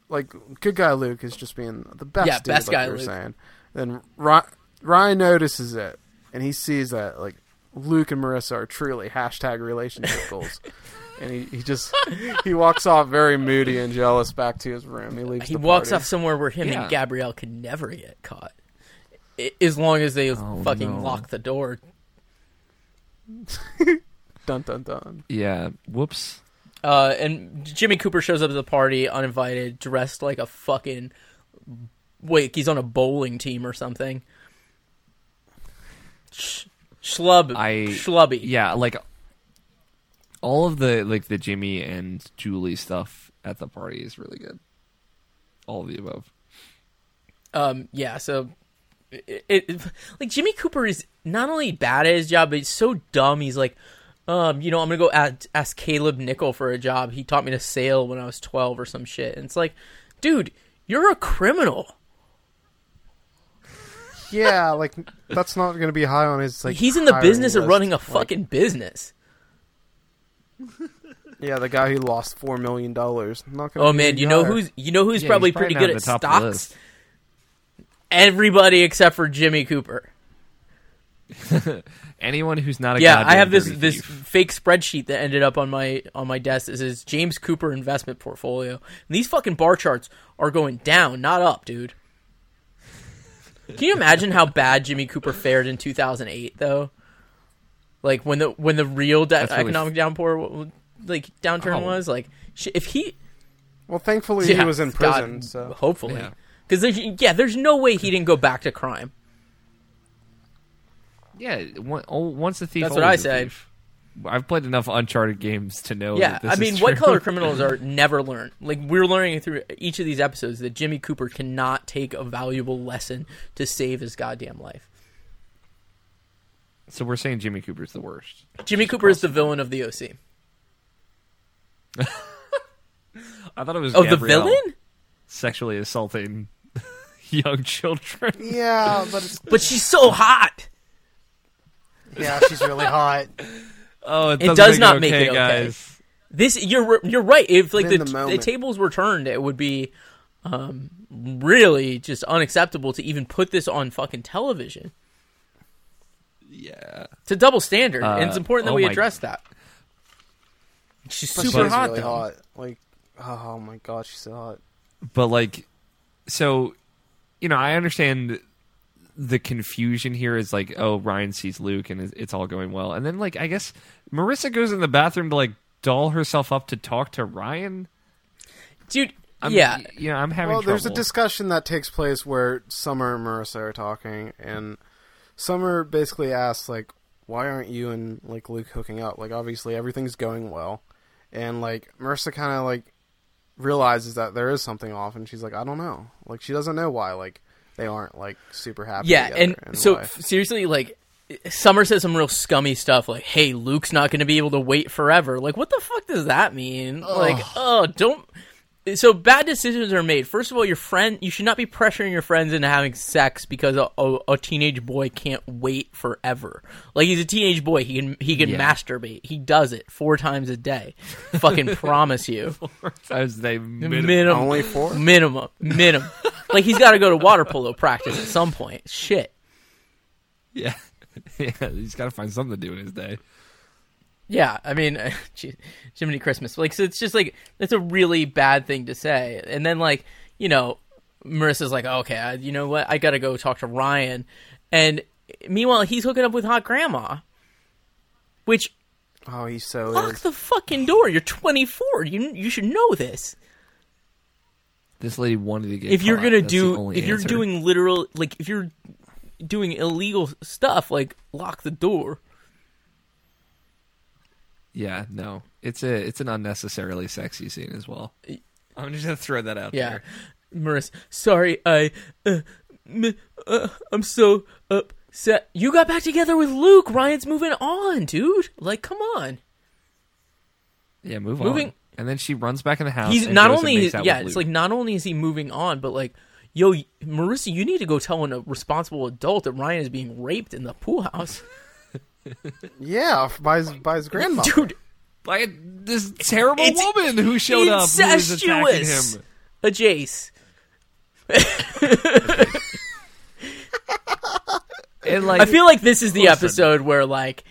G: like, good guy Luke is just being the best.
E: Yeah,
G: dude,
E: best
G: like
E: guy
G: you were
E: Luke.
G: Saying. Then Ry- Ryan notices it, and he sees that like Luke and Marissa are truly hashtag relationship goals. And he, he just he walks off very moody and jealous back to his room. He leaves.
E: He
G: the
E: walks
G: party.
E: off somewhere where him
F: Yeah.
E: and Gabrielle could never get caught, I- as long as they fucking
F: Oh, no.
E: lock the door.
G: Dun dun dun.
F: yeah. Whoops.
E: Uh, and Jimmy Cooper shows up at the party uninvited, dressed like a fucking wait. He's on a bowling team or something. Sh- Schlub,
F: I
E: schlubby.
F: Yeah, like all of the like the Jimmy and Julie stuff at the party is really good. All of the above.
E: Um, yeah, so it, it, like Jimmy Cooper is not only bad at his job, but he's so dumb. He's like, um, you know, I'm gonna go at, ask Caleb Nickel for a job. He taught me to sail when I was 12 or some shit. And it's like, dude, you're a criminal.
G: Yeah, like that's not going to be high on his like.
E: He's in the
G: hiring
E: business of
G: list.
E: running a
G: Like,
E: fucking business.
G: yeah, the guy who lost four million dollars.
E: Oh man, you know who's you know who's
F: Yeah,
E: probably
F: he's probably
E: pretty
F: not
E: good
F: at
E: at
F: the top of the
E: stocks.
F: list.
E: Everybody except for Jimmy Cooper.
F: Anyone who's not a
E: yeah, I
F: goddamn
E: have this
F: dirty
E: this
F: thief.
E: fake spreadsheet that ended up on my on my desk. This is James Cooper investment portfolio. And these fucking bar charts are going down, not up, dude. Can you imagine how bad Jimmy Cooper fared in 2008 though? Like when the when the real de-
F: really
E: economic downpour w- w- like downturn
F: Oh.
E: was like sh- if he
G: Well, thankfully
E: yeah,
G: he was in
E: God,
G: prison. so
E: hopefully
F: Yeah.
E: because there's yeah there's no way he didn't go back to crime.
F: Yeah, one, oh, once a thief.
E: That's what I
F: always a
E: said.
F: thief. I've played enough Uncharted games to know.
E: Yeah,
F: that Oh, this
E: I
F: is
E: mean,
F: true.
E: white collar criminals are never learned. Like we're learning through each of these episodes that Jimmy Cooper cannot take a valuable lesson to save his goddamn life.
F: so we're saying Jimmy Cooper's the worst.
E: Jimmy Cooper is the villain of the OC.
F: I thought it was
E: Of the
F: Gabrielle
E: villain?
F: sexually assaulting young children.
G: yeah, but it's,
E: But she's so hot.
G: yeah, she's really hot.
F: Oh, it,
E: It
F: doesn't
E: does not
F: make
E: make it okay.
F: guys.
E: This you're you're right. If like the,
G: In the
E: the,
G: moment.
E: tables were turned, it would be um, really just unacceptable to even put this on fucking television.
F: Yeah.
E: It's a double standard, and it's
F: Uh,
E: important that
F: oh
E: we
F: my-
E: address that. She's
G: But
E: super
G: she's
E: hot
G: really
E: though.
G: hot. Like, oh my god, she's so hot.
F: but like so you know i understand the confusion here is like oh ryan sees luke and it's- it's all going well and then like i guess marissa goes in the bathroom to like doll herself up to talk to ryan
E: dude.
F: I'm,
E: yeah,
F: you know i'm having
G: Well, there's a
F: trouble.
G: discussion that takes place where Summer and Marissa are talking, and Summer basically asks like, "Why aren't you and like Luke hooking up? Like, obviously everything's going well," and like Marissa kind of like realizes that there is something off, and she's like, "I don't know." Like, she doesn't know why like they aren't like super happy.
E: yeah
G: together
E: and, so
G: why.
E: f- seriously like summer says some real scummy stuff like hey luke's not going to be able to wait forever like what the fuck does that mean like oh don't so bad decisions are made. First of all, your friend you should not be pressuring your friends into having sex because a, a, a teenage boy can't wait forever. Like he's a teenage boy, he can he can
F: Yeah.
E: masturbate. He does it four times a day. Fucking promise you,
F: Times they minimum.
E: minimum,
G: Only four?
E: minimum, minimum. like he's got to go to water polo practice at some point. Shit.
F: Yeah. yeah, he's got to find something to do in his day.
E: Yeah, I mean, geez, Jiminy Christmas. Like, so it's just like it's a really bad thing to say. And then like you know, Marissa's like, okay, I, you know what? I gotta go talk to Ryan. And meanwhile, he's hooking up with hot grandma. Which
G: Oh, he's so
E: lock
G: is.
E: the fucking door. You're 24. You you should know this.
F: This lady wanted to get.
E: if you're
F: caught.
E: gonna
F: That's the
E: do,
F: only
E: if you're
F: answer.
E: doing literal, like if you're doing illegal stuff, like lock the door.
F: yeah, no, it's a it's an unnecessarily sexy scene as well. I'm just gonna throw that out
E: Yeah,
F: there.
E: Marissa. Sorry, I. Uh, m- uh, I'm so upset. You got back together with Luke. Ryan's moving on, dude. Like, come on.
F: Yeah, move
E: Moving-
F: on. And then she runs back in the house.
E: He's
F: and
E: not
F: goes and
E: only.
F: makes out
E: yeah,
F: with
E: it's
F: Luke.
E: like not only is he moving on, but like, yo, Marissa, you need to go tell a responsible adult that Ryan is being raped in the pool house,
G: Yeah, f- by his by his grandma.
E: dude.
F: like this terrible
E: It's
F: woman who showed up who was attacking
E: incestuous.
F: him.
E: A Jace.
F: And like
E: I feel like this is the
F: Listen.
E: episode where like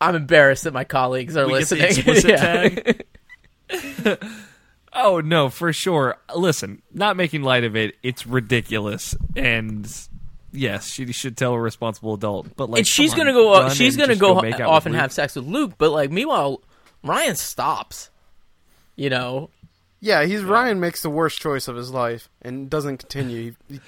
E: I'm embarrassed that my colleagues are
F: We get the
E: listening.
F: explicit
E: Yeah.
F: tag. oh no, for sure. Listen, not making light of it, it's ridiculous. And yes, she should tell a responsible adult. But like,
E: and she's
F: come on,
E: gonna go.
F: run
E: she's
F: and
E: gonna
F: just
E: go,
F: make out
E: off
F: with
E: and
F: Luke.
E: have sex with Luke. But like, meanwhile, Ryan stops. You know,
G: Yeah, he's Ryan makes the worst choice of his life and doesn't continue. He- he-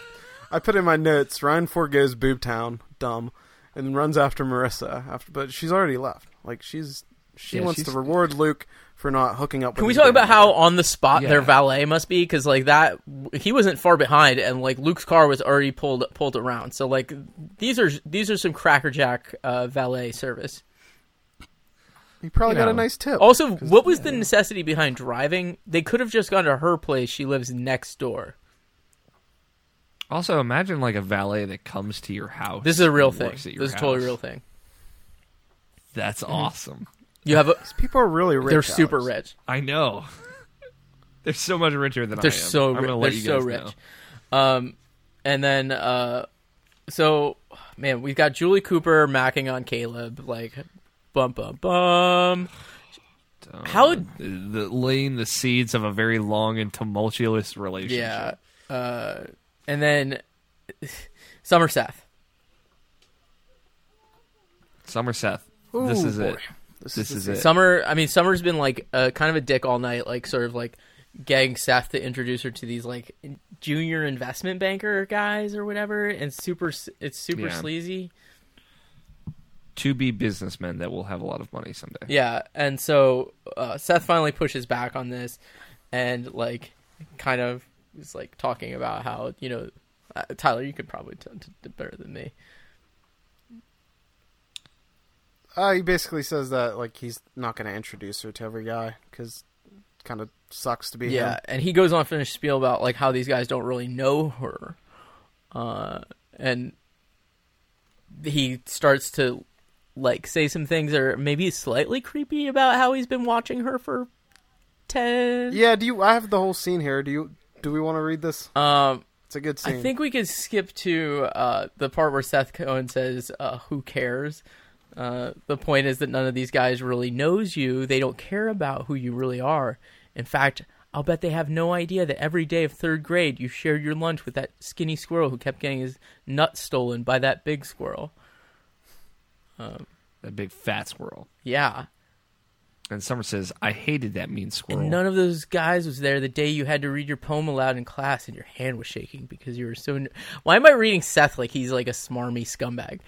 G: I put in my notes. Ryan forgoes Boob Town, dumb, and runs after Marissa. After, but she's already left. Like she's she
F: Yeah,
G: wants
F: she's-
G: to reward Luke for not hooking up.
E: can
G: with
E: we
G: his
E: talk about
G: grandma.
E: how on the spot their
F: Yeah.
E: valet must be? Because like that, he wasn't far behind, and like Luke's car was already pulled pulled around. So like, these are these are some crackerjack uh, valet service.
G: he probably
F: you
G: got a
F: know.
G: nice tip?
E: Also, what was the necessity behind driving? They could have just gone to her place. She lives next door.
F: Also, imagine like a valet that comes to your house.
E: This is a real
F: and
E: thing.
F: works
E: This
F: at your
E: is a totally
F: house.
E: real Mm-hmm. thing.
F: That's awesome.
E: You have a,
G: people are really rich.
E: they're super
G: Alex.
E: rich.
F: I know. They're so much richer than
E: They're
F: I am.
E: so
F: I'm
E: rich.
F: gonna
E: They're
F: let you
E: so
F: guys
E: rich.
F: know.
E: Um, and then uh, so man, we've got Julie Cooper macking on Caleb like bum bum bum. How?
F: The, Um, the- laying the seeds of a very long and tumultuous relationship.
E: Yeah. Uh, and then Summer Seth.
F: Somerset. this
G: Ooh,
F: is
G: boy.
F: it. This, is, it.
E: Summer. I mean, Summer's been like uh, kind of a dick all night, like sort of like getting Seth to introduce her to these like junior investment banker guys or whatever, and super. s- It's super
F: Yeah.
E: sleazy.
F: to be businessmen that will have a lot of money someday.
E: Yeah, and so uh, Seth finally pushes back on this, and like, kind of is like talking about how you know, uh, Tyler, you could probably t- t- t- better than me.
G: Uh, he basically says that like he's not going to introduce her to every guy because kind of sucks to be
E: Yeah,
G: him.
E: and he goes on to finish spiel about like how these guys don't really know her, uh, and he starts to like say some things that are maybe slightly creepy about how he's been watching her for ten.
G: Yeah. Do you? I have the whole scene here. Do you? Do we want to read this?
E: Um.
G: It's a good scene.
E: I think we could skip to uh, the part where Seth Cohen says, uh, "Who cares?" Uh, the point is that none of these guys really knows you. They don't care about who you really are. In fact, I'll bet they have no idea that every day of third grade you shared your lunch with that skinny squirrel who kept getting his nuts stolen by that big squirrel.
F: That big fat squirrel.
E: Yeah.
F: And Summer says, I hated that mean squirrel.
E: And none of those guys was there the day you had to read your poem aloud in class and your hand was shaking because you were so. ner- Why am I reading Seth like he's like a smarmy scumbag?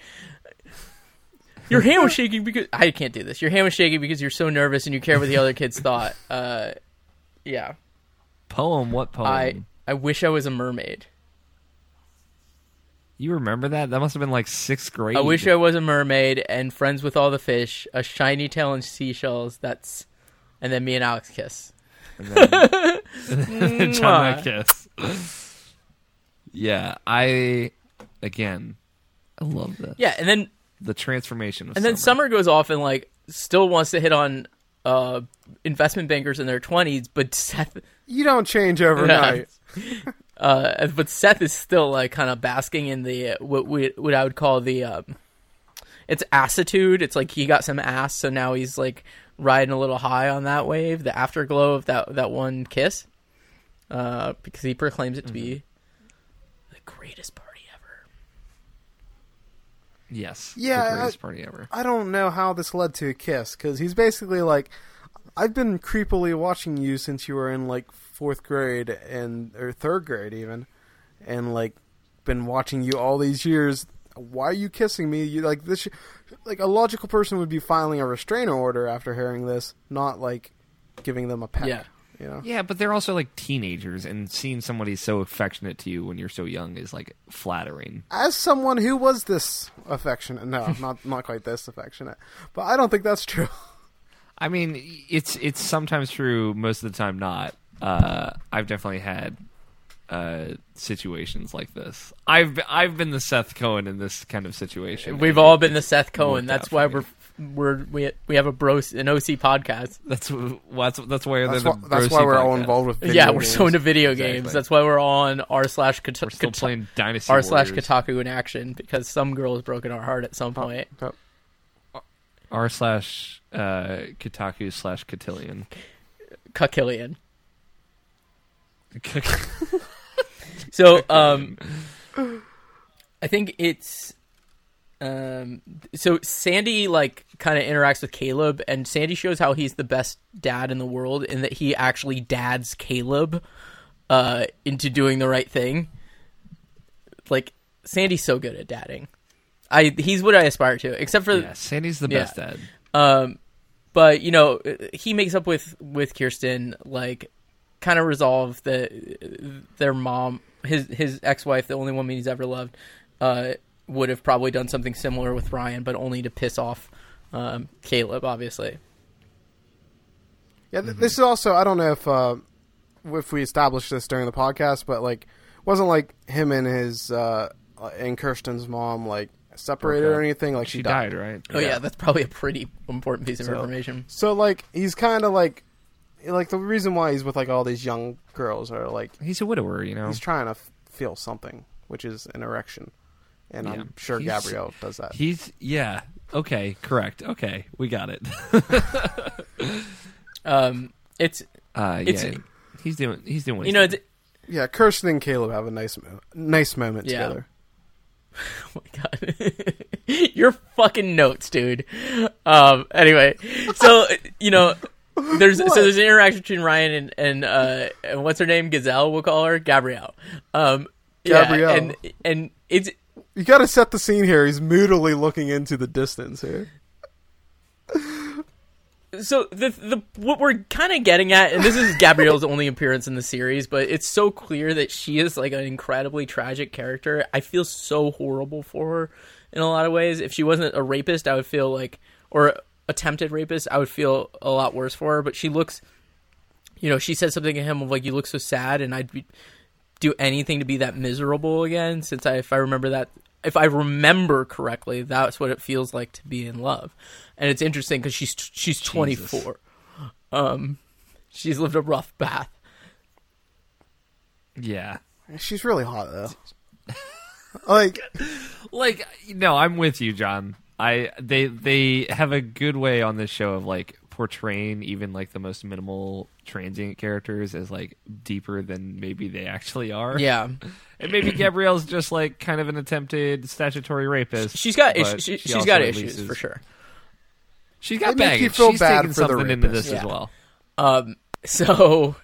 E: Your hand was shaking because I can't do this. Your hand was shaking because you're so nervous and you care what the other kids thought. Uh, yeah,
F: poem, what poem?
E: I I wish I was a mermaid.
F: You remember that? That must have been like sixth grade.
E: I wish I was a mermaid and friends with all the fish, a shiny tail and seashells. That's and then me and Alex kiss.
F: and then, and then John
E: Mwah.
F: that kiss. Yeah, I again, I love that
E: Yeah, and then
F: the transformation. Of
E: and then
F: summer.
E: Summer goes off and like still wants to hit on uh investment bankers in their twenties, but Seth
G: You don't change overnight.
E: uh, but Seth is still like kind of basking in the uh, what we what I would call the um, it's assitude. It's like he got some ass, so now he's like riding a little high on that wave, the afterglow of that that one kiss, uh, because he proclaims it to be the greatest party ever.
F: Yes,
G: Yeah,
F: the greatest
G: I-
F: party ever.
G: I don't know how this led to a kiss because he's basically like, I've been creepily watching you since you were in like fourth grade and or third grade even, and like been watching you all these years. Why are you kissing me? You like this? sh- Like a logical person would be filing a restraining order after hearing this, not like giving them a peck.
E: Yeah.
G: You know?
F: Yeah, but they're also like teenagers, and seeing somebody so affectionate to you when you're so young is like flattering.
G: As someone who was this affectionate, no, not not quite this affectionate, but I don't think that's true.
F: I mean, it's it's sometimes true, most of the time not. Uh, I've definitely had uh, situations like this. I've be- I've been the Seth Cohen in this kind of situation.
E: We've all been the Seth Cohen.
F: worked out
E: That's why
F: for
E: we're we're we we have a bros an OC podcast.
F: That's wh- that's that's why
G: That's,
F: they're
G: why,
F: the
G: that's why
F: Brosi
G: we're all
F: podcast.
G: involved with. Video
E: yeah, we're
G: games.
E: so into video games.
F: Exactly.
E: That's why we're on r slash Kata-
F: We're still
E: Kata-
F: playing Dynasty
E: r slash
F: Warriors. Oh.
E: Kotaku in action because some girl has broken our heart at some point.
G: Yep.
F: r slash uh, Kotaku slash Cotillion.
E: Kakillian. So, um, I think it's, um, so Sandy like kind of interacts with Caleb, and Sandy shows how he's the best dad in the world, and that he actually dads Caleb, uh, into doing the right thing. Like Sandy's so good at dadding. I he's what I aspire to, except for
F: yeah, Sandy's the
E: Yeah.
F: best dad.
E: um, but you know, he makes up with with Kirsten, like kind of resolve that uh, their mom, his his ex wife, the only woman he's ever loved, uh, would have probably done something similar with Ryan, but only to piss off um, Caleb, obviously.
G: Yeah, th- this is also I don't know if uh, if we established this during the podcast, but like it wasn't like him and his uh, and Kirsten's mom like separated or
F: Okay.
G: anything. Like she,
F: She died, right?
E: Oh yeah, that's probably a pretty important piece of information.
G: So like he's kind of like like the reason why he's with like all these young girls are like
F: He's a widower, you know.
G: he's trying to f- feel something, which is an erection, and
F: Yeah.
G: I'm sure
F: He's-
G: Gabrielle does that.
F: He's yeah. Okay, correct. Okay, we got it.
E: Um, it's
F: Uh,
E: It's-
F: yeah, he's doing he's doing. What
E: you
F: he's
E: know,
F: doing.
E: it's,
G: yeah, Kirsten and Caleb have a nice mo- nice moment
E: Yeah.
G: together.
E: Oh my god. Your fucking notes, dude. Um anyway, so you know there's so there's an interaction between Ryan and and uh and what's her name? Gazelle, we'll call her Gabrielle. Um yeah,
G: Gabrielle.
E: and and it's
G: You got to set the scene here. He's moodily looking into the distance here.
E: so the the what we're kind of getting at, and this is Gabrielle's only appearance in the series, but it's so clear that she is like an incredibly tragic character. I feel so horrible for her in a lot of ways. If she wasn't a rapist, I would feel like, or attempted rapist, I would feel a lot worse for her. But she looks, you know, she said something to him of like, "You look so sad," and I'd be, do anything to be that miserable again. Since I, if I remember that, if I remember correctly, that's what it feels like to be in love. And it's interesting because she's she's twenty four. Um, she's lived a rough path.
F: yeah.
G: She's really hot though. like
F: Like no, I'm with you, John. I they they have a good way on this show of like portraying even like the most minimal transient characters as like deeper than maybe they actually are.
E: Yeah,
F: and maybe Gabrielle's just like kind of an attempted statutory rapist.
E: she's got
F: but
E: issues. She,
F: she
E: she's
F: also
E: got
F: at least
E: issues
F: is-
E: for sure.
F: She's got
G: They make
F: baggage.
G: you feel
F: she's
G: bad
F: taking
G: for the
F: something into this
G: rapist.
F: as
E: Yeah.
F: well.
E: Um, so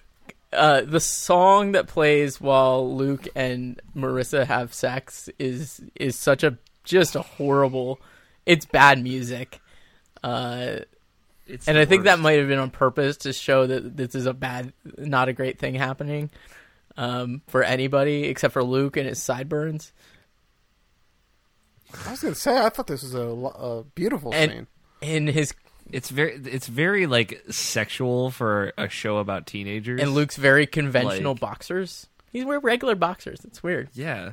E: uh, the song that plays while Luke and Marissa have sex is is such a just a horrible. It's bad music. Uh,
F: It's
E: and
F: the
E: I think that
F: worst.
E: might have been on purpose to show that this is a bad, not a great thing happening um, for anybody except for Luke and his sideburns.
G: I was gonna say, I thought this was a, lo- a beautiful
E: And-
G: scene.
E: And his
F: It's very it's very like sexual for a show about teenagers.
E: and Luke's very conventional
F: Like-
E: boxers. He's wear regular boxers. It's weird.
F: Yeah.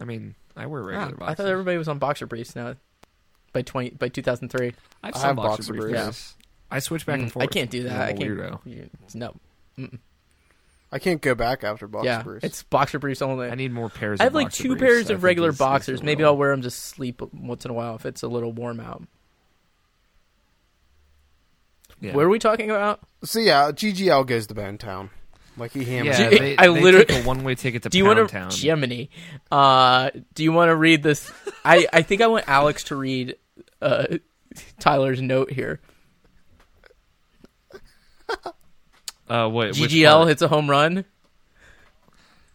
F: I mean, I wear
E: Ah,
F: regular boxers.
E: I thought everybody was on boxer briefs now. By twenty by two thousand three,
F: I've
G: I
F: some
G: have boxer
F: boxer briefs.
G: briefs.
F: I switch back and forth.
E: Mm, I can't do that.
F: I'm
E: I
F: a
E: can't.
F: Weirdo.
E: you- No,
G: I can't go back after boxer
E: yeah,
G: briefs.
E: it's boxer briefs only.
F: I need more pairs.
E: I
F: of
E: have like
F: boxer
E: two
F: briefs. I
E: pairs
F: think
E: of regular
F: it's- it's a
E: boxers. Maybe
F: little-
E: I'll wear them to sleep once in a while if it's a little warm out.
F: Yeah.
E: What are we talking about?
G: So yeah, GGL goes to Bone Town, like he hammers.
F: Yeah,
E: Do-
F: they,
E: I
F: they
E: literally-
F: take a one-way ticket to
E: Do you
F: Pound
E: want to
F: Town.
E: Gemini? Uh, do you want to read this? I I think I want Alex to read uh, Tyler's note here.
F: Uh, what, which
E: GGL
F: part?
E: hits a home run.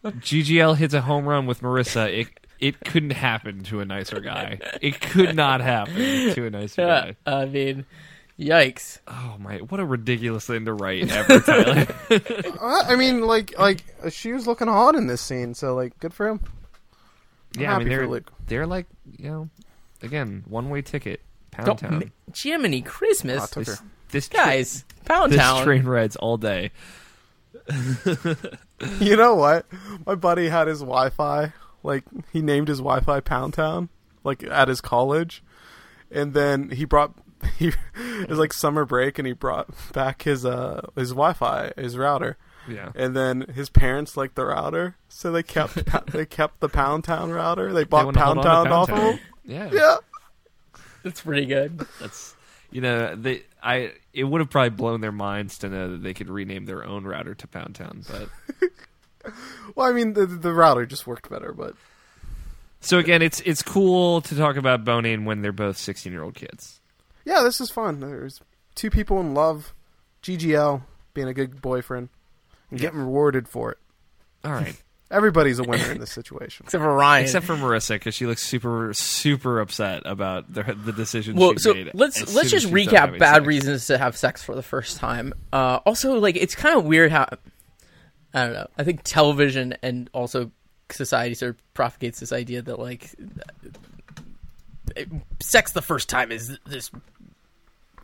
F: GGL hits a home run with Marissa. It it couldn't happen to a nicer guy. It could not happen to a nicer
E: Yeah,
F: guy.
E: I mean, yikes.
F: Oh my! What a ridiculous thing to write ever, Tyler.
G: Uh, I mean, like like uh, she was looking hot in this scene, so like good for him.
F: yeah, I mean
G: happy for
F: they're
G: Luke.
F: they're like you know, again one-way ticket. Pound
E: Don't,
F: Town.
E: ma- Gemini Christmas.
G: Ah, took
F: This
G: her.
F: this tra-
E: Guys, Pound
F: this
E: Town.
F: train rides all day.
G: You know what? My buddy had his Wi-Fi. Like he named his Wi-Fi Pound Town, like at his college, and then he brought he it was like summer break, and he brought back his uh his Wi-Fi, his router,
F: Yeah.
G: and then his parents liked the router, so they kept they kept the Pound Town router. They
F: They
G: bought
F: wanna hold
G: Pound
F: on
G: Town
F: to
G: off
F: Town.
G: of him.
F: Yeah.
G: Yeah.
E: That's pretty good.
F: That's you know they I it would have probably blown their minds to know that they could rename their own router to Pound Town, but
G: Well, I mean, the the router just worked better, but
F: so again, it's it's cool to talk about boning when they're both sixteen year old kids.
G: yeah, this is fun. There's two people in love, GGL being a good boyfriend, and getting rewarded for it.
F: All right,
G: Everybody's a winner in this situation.
E: Except for Ryan.
F: except for Marissa because she looks super super upset about the the decision.
E: well,
F: she
E: so
F: made as
E: let's
F: soon
E: let's
F: as
E: just
F: she started
E: recap
F: having
E: bad
F: sex.
E: reasons to have sex for the first time. Uh, also, like it's kind of weird how I don't know. I think television and also society sort of propagates this idea that like sex the first time is this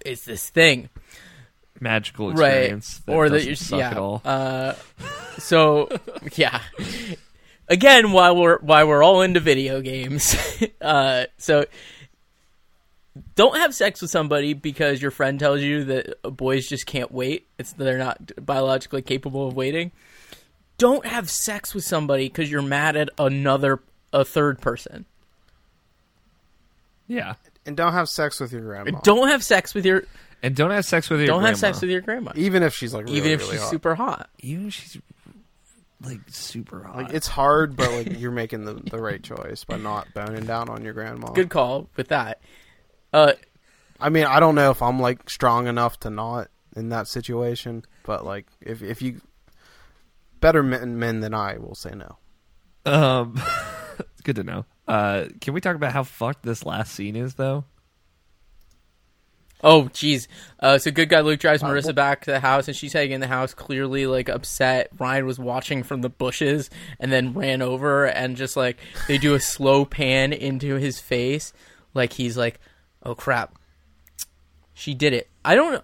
E: is this thing.
F: magical experience, that
E: or that
F: doesn't
E: you're
F: suck
E: yeah.
F: at all.
E: Uh, so yeah. Again, while we're while we're all into video games, uh, so don't have sex with somebody because your friend tells you that boys just can't wait. It's they're not biologically capable of waiting. Don't have sex with somebody because you're mad at another a third person.
F: yeah,
G: And don't have sex with your grandma.
E: Don't have sex with your
F: and don't have sex with your
E: don't
F: grandma.
E: have sex with your grandma,
G: even if she's like really,
E: even if
G: really
E: she's
G: hot.
E: super hot.
H: Even if she's like super hot.
G: Like, it's hard, but like you're making the, the right choice by not boning down on your grandma.
E: Good call with that. Uh,
G: I mean, I don't know if I'm like strong enough to not in that situation, but like if if you better men, men than I will say no.
F: Um, it's good to know. Uh, can we talk about how fucked this last scene is, though?
E: Oh, jeez. Uh, so good guy Luke drives Marissa
G: well-
E: back to the house, and she's hanging in the house, clearly like upset. Ryan was watching from the bushes, and then ran over, and just like they do a slow pan into his face, like he's like, "Oh crap, she did it." I don't.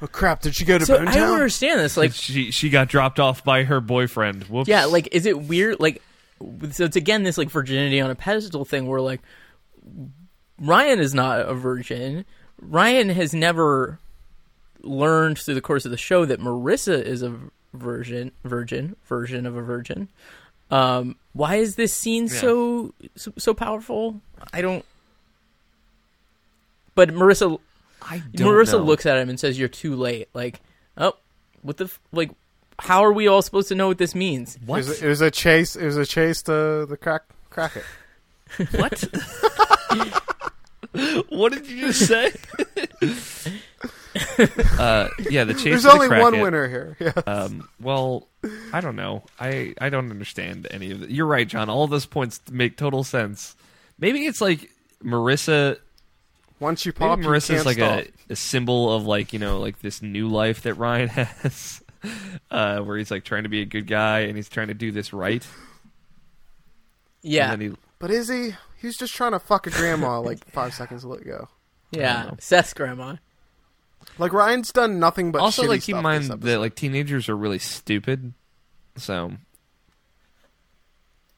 G: Oh crap! Did she go to
E: So
G: Bone
E: I don't
G: Town?
E: understand this. Like,
F: she she got dropped off by her boyfriend. Whoops.
E: yeah, like is it weird? Like, so it's again this like virginity on a pedestal thing, where like Ryan is not a virgin. Ryan has never learned through the course of the show that Marissa is a virgin, virgin, version of a virgin. Um, why is this scene so, so so powerful? I don't. But Marissa, I
F: don't
E: Marissa
F: know.
E: looks at him and says, "You're too late." Like, oh, what the f- like? How are we all supposed to know what this means?
G: It
F: what?
G: was, it was a chase. It was a chase to the crack crack it.
F: what? what did you just say? uh, yeah, the chase.
G: There's
F: to the
G: only one
F: Crackit.
G: winner here. Yeah.
F: Um, well, I don't know. I I don't understand any of it. You're right, John. All those points make total sense. Maybe it's like Marissa
G: Once you pop,
F: Maybe
G: you
F: Marissa's
G: can't
F: like a,
G: stop.
F: a symbol of like you know like this new life that Ryan has, uh, where he's like trying to be a good guy and he's trying to do this right.
E: Yeah,
F: And then he,
G: But is he? He was just trying to fuck a grandma like five seconds ago.
E: Yeah, Seth's grandma.
G: Like Ryan's done nothing but
F: also,
G: shitty
F: like keep in
G: stuff
F: mind
G: this
F: that
G: episode.
F: like teenagers are really stupid, so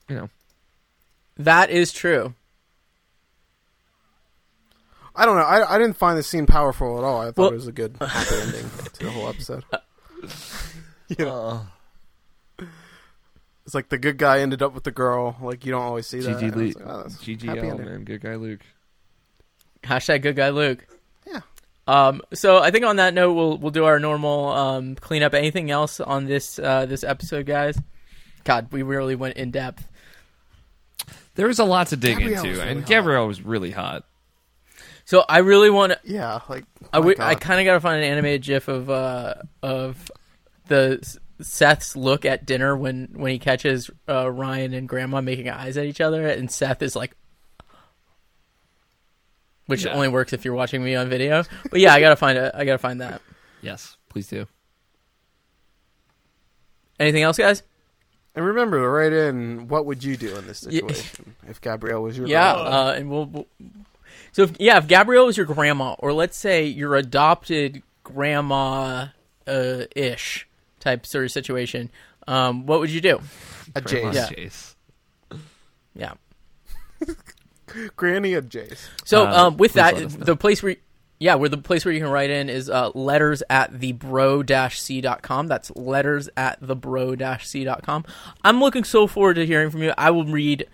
F: you know.
E: That is true.
G: I don't know. I, I didn't find this scene powerful at all. I thought
E: Well-
G: it was a good happy ending to the whole episode. yeah. It's like the good guy ended up with the girl. Like you don't always see that.
F: GG,
G: And I was
F: Luke.
G: like, oh, that's a happy
F: GGL,
G: ending.
F: man. Good guy, Luke.
E: Hashtag good guy Luke.
G: Yeah.
E: Um, so I think on that note, we'll we'll do our normal um, cleanup. Anything else on this uh, this episode, guys? God, we really went in depth.
F: There was a lot to dig
G: Gabrielle
F: into,
G: was really
F: and
G: hot.
F: Gabrielle was really hot.
E: So I really want to.
G: Yeah. Like
E: I
G: Oh my
E: wi- I
G: God.
E: kind of got to find an animated GIF of uh, of the S- Seth's look at dinner when when he catches uh, Ryan and Grandma making eyes at each other, and Seth is like, which
F: Yeah.
E: only works if you're watching me on video. But yeah, I gotta find a, I gotta find that.
F: Yes, please do.
E: Anything else, guys?
G: And remember to write in what would you do in this
E: Yeah.
G: situation if Gabrielle was your
E: Yeah,
G: girl?
E: uh, and we'll, we'll- So if, yeah, if Gabrielle was your grandma, or let's say your adopted grandma uh, ish type sort of situation, um, what would you do?
G: a Jace,
E: Yeah.
F: Jace.
E: Yeah.
G: Granny a Jace.
E: So
F: Uh,
E: um, with
F: please let
E: that,
F: us know.
E: the place where yeah, where the place where you can write in is uh, letters at the bro c.com. That's letters at the bro c.com. I'm looking so forward to hearing from you. I will read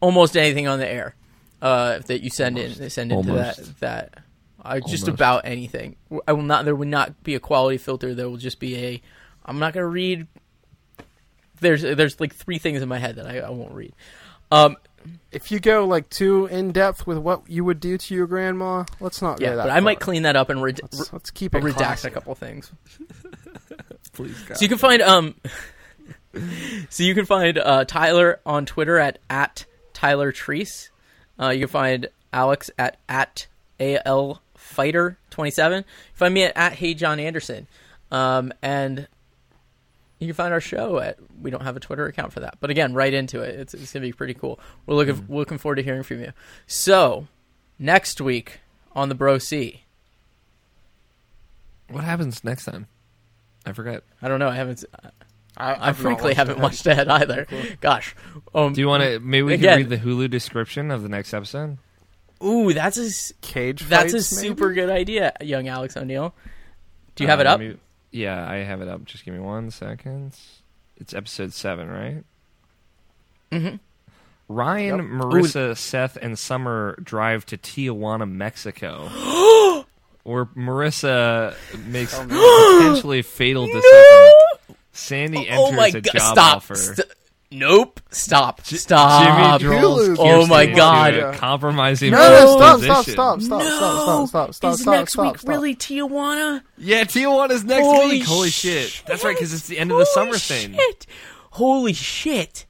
E: almost anything on the air uh, that you send in. Send into
F: Almost.
E: that that I just
F: Almost.
E: about anything. I will not. There will not be a quality filter. There will just be a. I'm not gonna read. There's there's like three things in my head that I, I won't read. Um,
G: If you go like too in depth with what you would do to your grandma, let's not.
E: yeah,
G: go that
E: but I might
G: far.
E: clean that up and read.
G: Let's, let's keep it
E: but redact
G: classy.
E: a couple things.
F: Please, God.
E: So you can find um, so you can find uh, Tyler on Twitter at at Tyler Treese. Uh, you can find Alex at at al fighter twenty seven. Find me at at hey John Anderson, um, and you can find our show at. We don't have a Twitter account for that, but again, right into it. It's, it's gonna be pretty cool. We're looking
F: Mm.
E: looking forward to hearing from you. So next week on the Bro C.
F: what happens next time? I forget.
E: I don't know. I haven't.
G: I,
E: I frankly haven't watched ahead either. Gosh. Um,
F: Do you want to? Maybe we
E: Again.
F: can read the Hulu description of the next episode.
E: Ooh, that's a s-
G: Cage.
E: that's a
G: fights, maybe?
E: super good idea, young Alex O'Neill. Do you have
F: Uh,
E: it
F: let
E: up?
F: me- yeah, I have it up. Just give me one second. It's episode seven, right? Mm-hmm. Ryan,
G: Yep.
F: Marissa, Seth, and Summer drive to Tijuana, Mexico, where Marissa makes a potentially fatal decision. Sandy enters
E: oh my
F: a
E: god!
F: job
E: Stop.
F: offer.
E: St- nope. Stop.
F: J-
E: Stop.
F: Jimmy draws
G: Hulu.
E: Oh my
F: Kirsten
E: God.
F: into a compromising
G: No, no, stop, stop,
F: position.
G: stop, stop, stop, stop, stop, stop,
E: Is
G: stop,
E: next
G: stop,
E: week
G: stop.
E: really Tijuana?
F: Yeah, Tijuana's next
E: Holy
F: week. Holy shit! That's right, because it's the end of the
E: Holy
F: summer thing.
E: shit. Holy shit!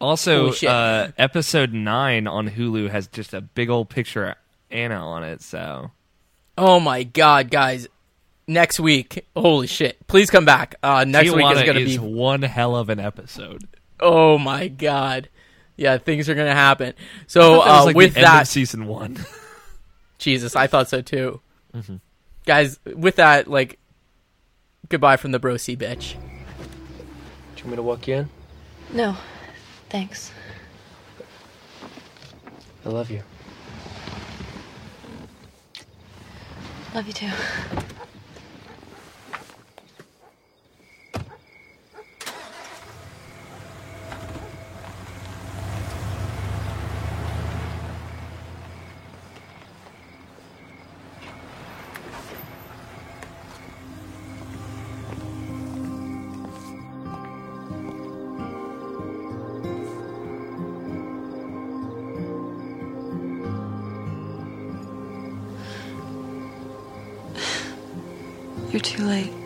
F: Also,
E: Holy shit.
F: uh, episode nine on Hulu has just a big old picture of Anna on it. So
E: Oh my god, guys! Next week, holy shit! Please come back. Uh, next week
F: Tijuana
E: is gonna
F: is
E: be
F: one hell of an episode.
E: Oh my god. Yeah, things are gonna happen.
F: I
E: So
F: thought that was,
E: uh,
F: like, the
E: with
F: end of
E: that,
F: season one.
E: Jesus, I thought so too.
F: Mm-hmm.
E: Guys, with that, like, goodbye from the bro C bitch.
H: Do you want me to walk you in?
B: No, thanks.
H: I love you.
B: Love you too. You're too late.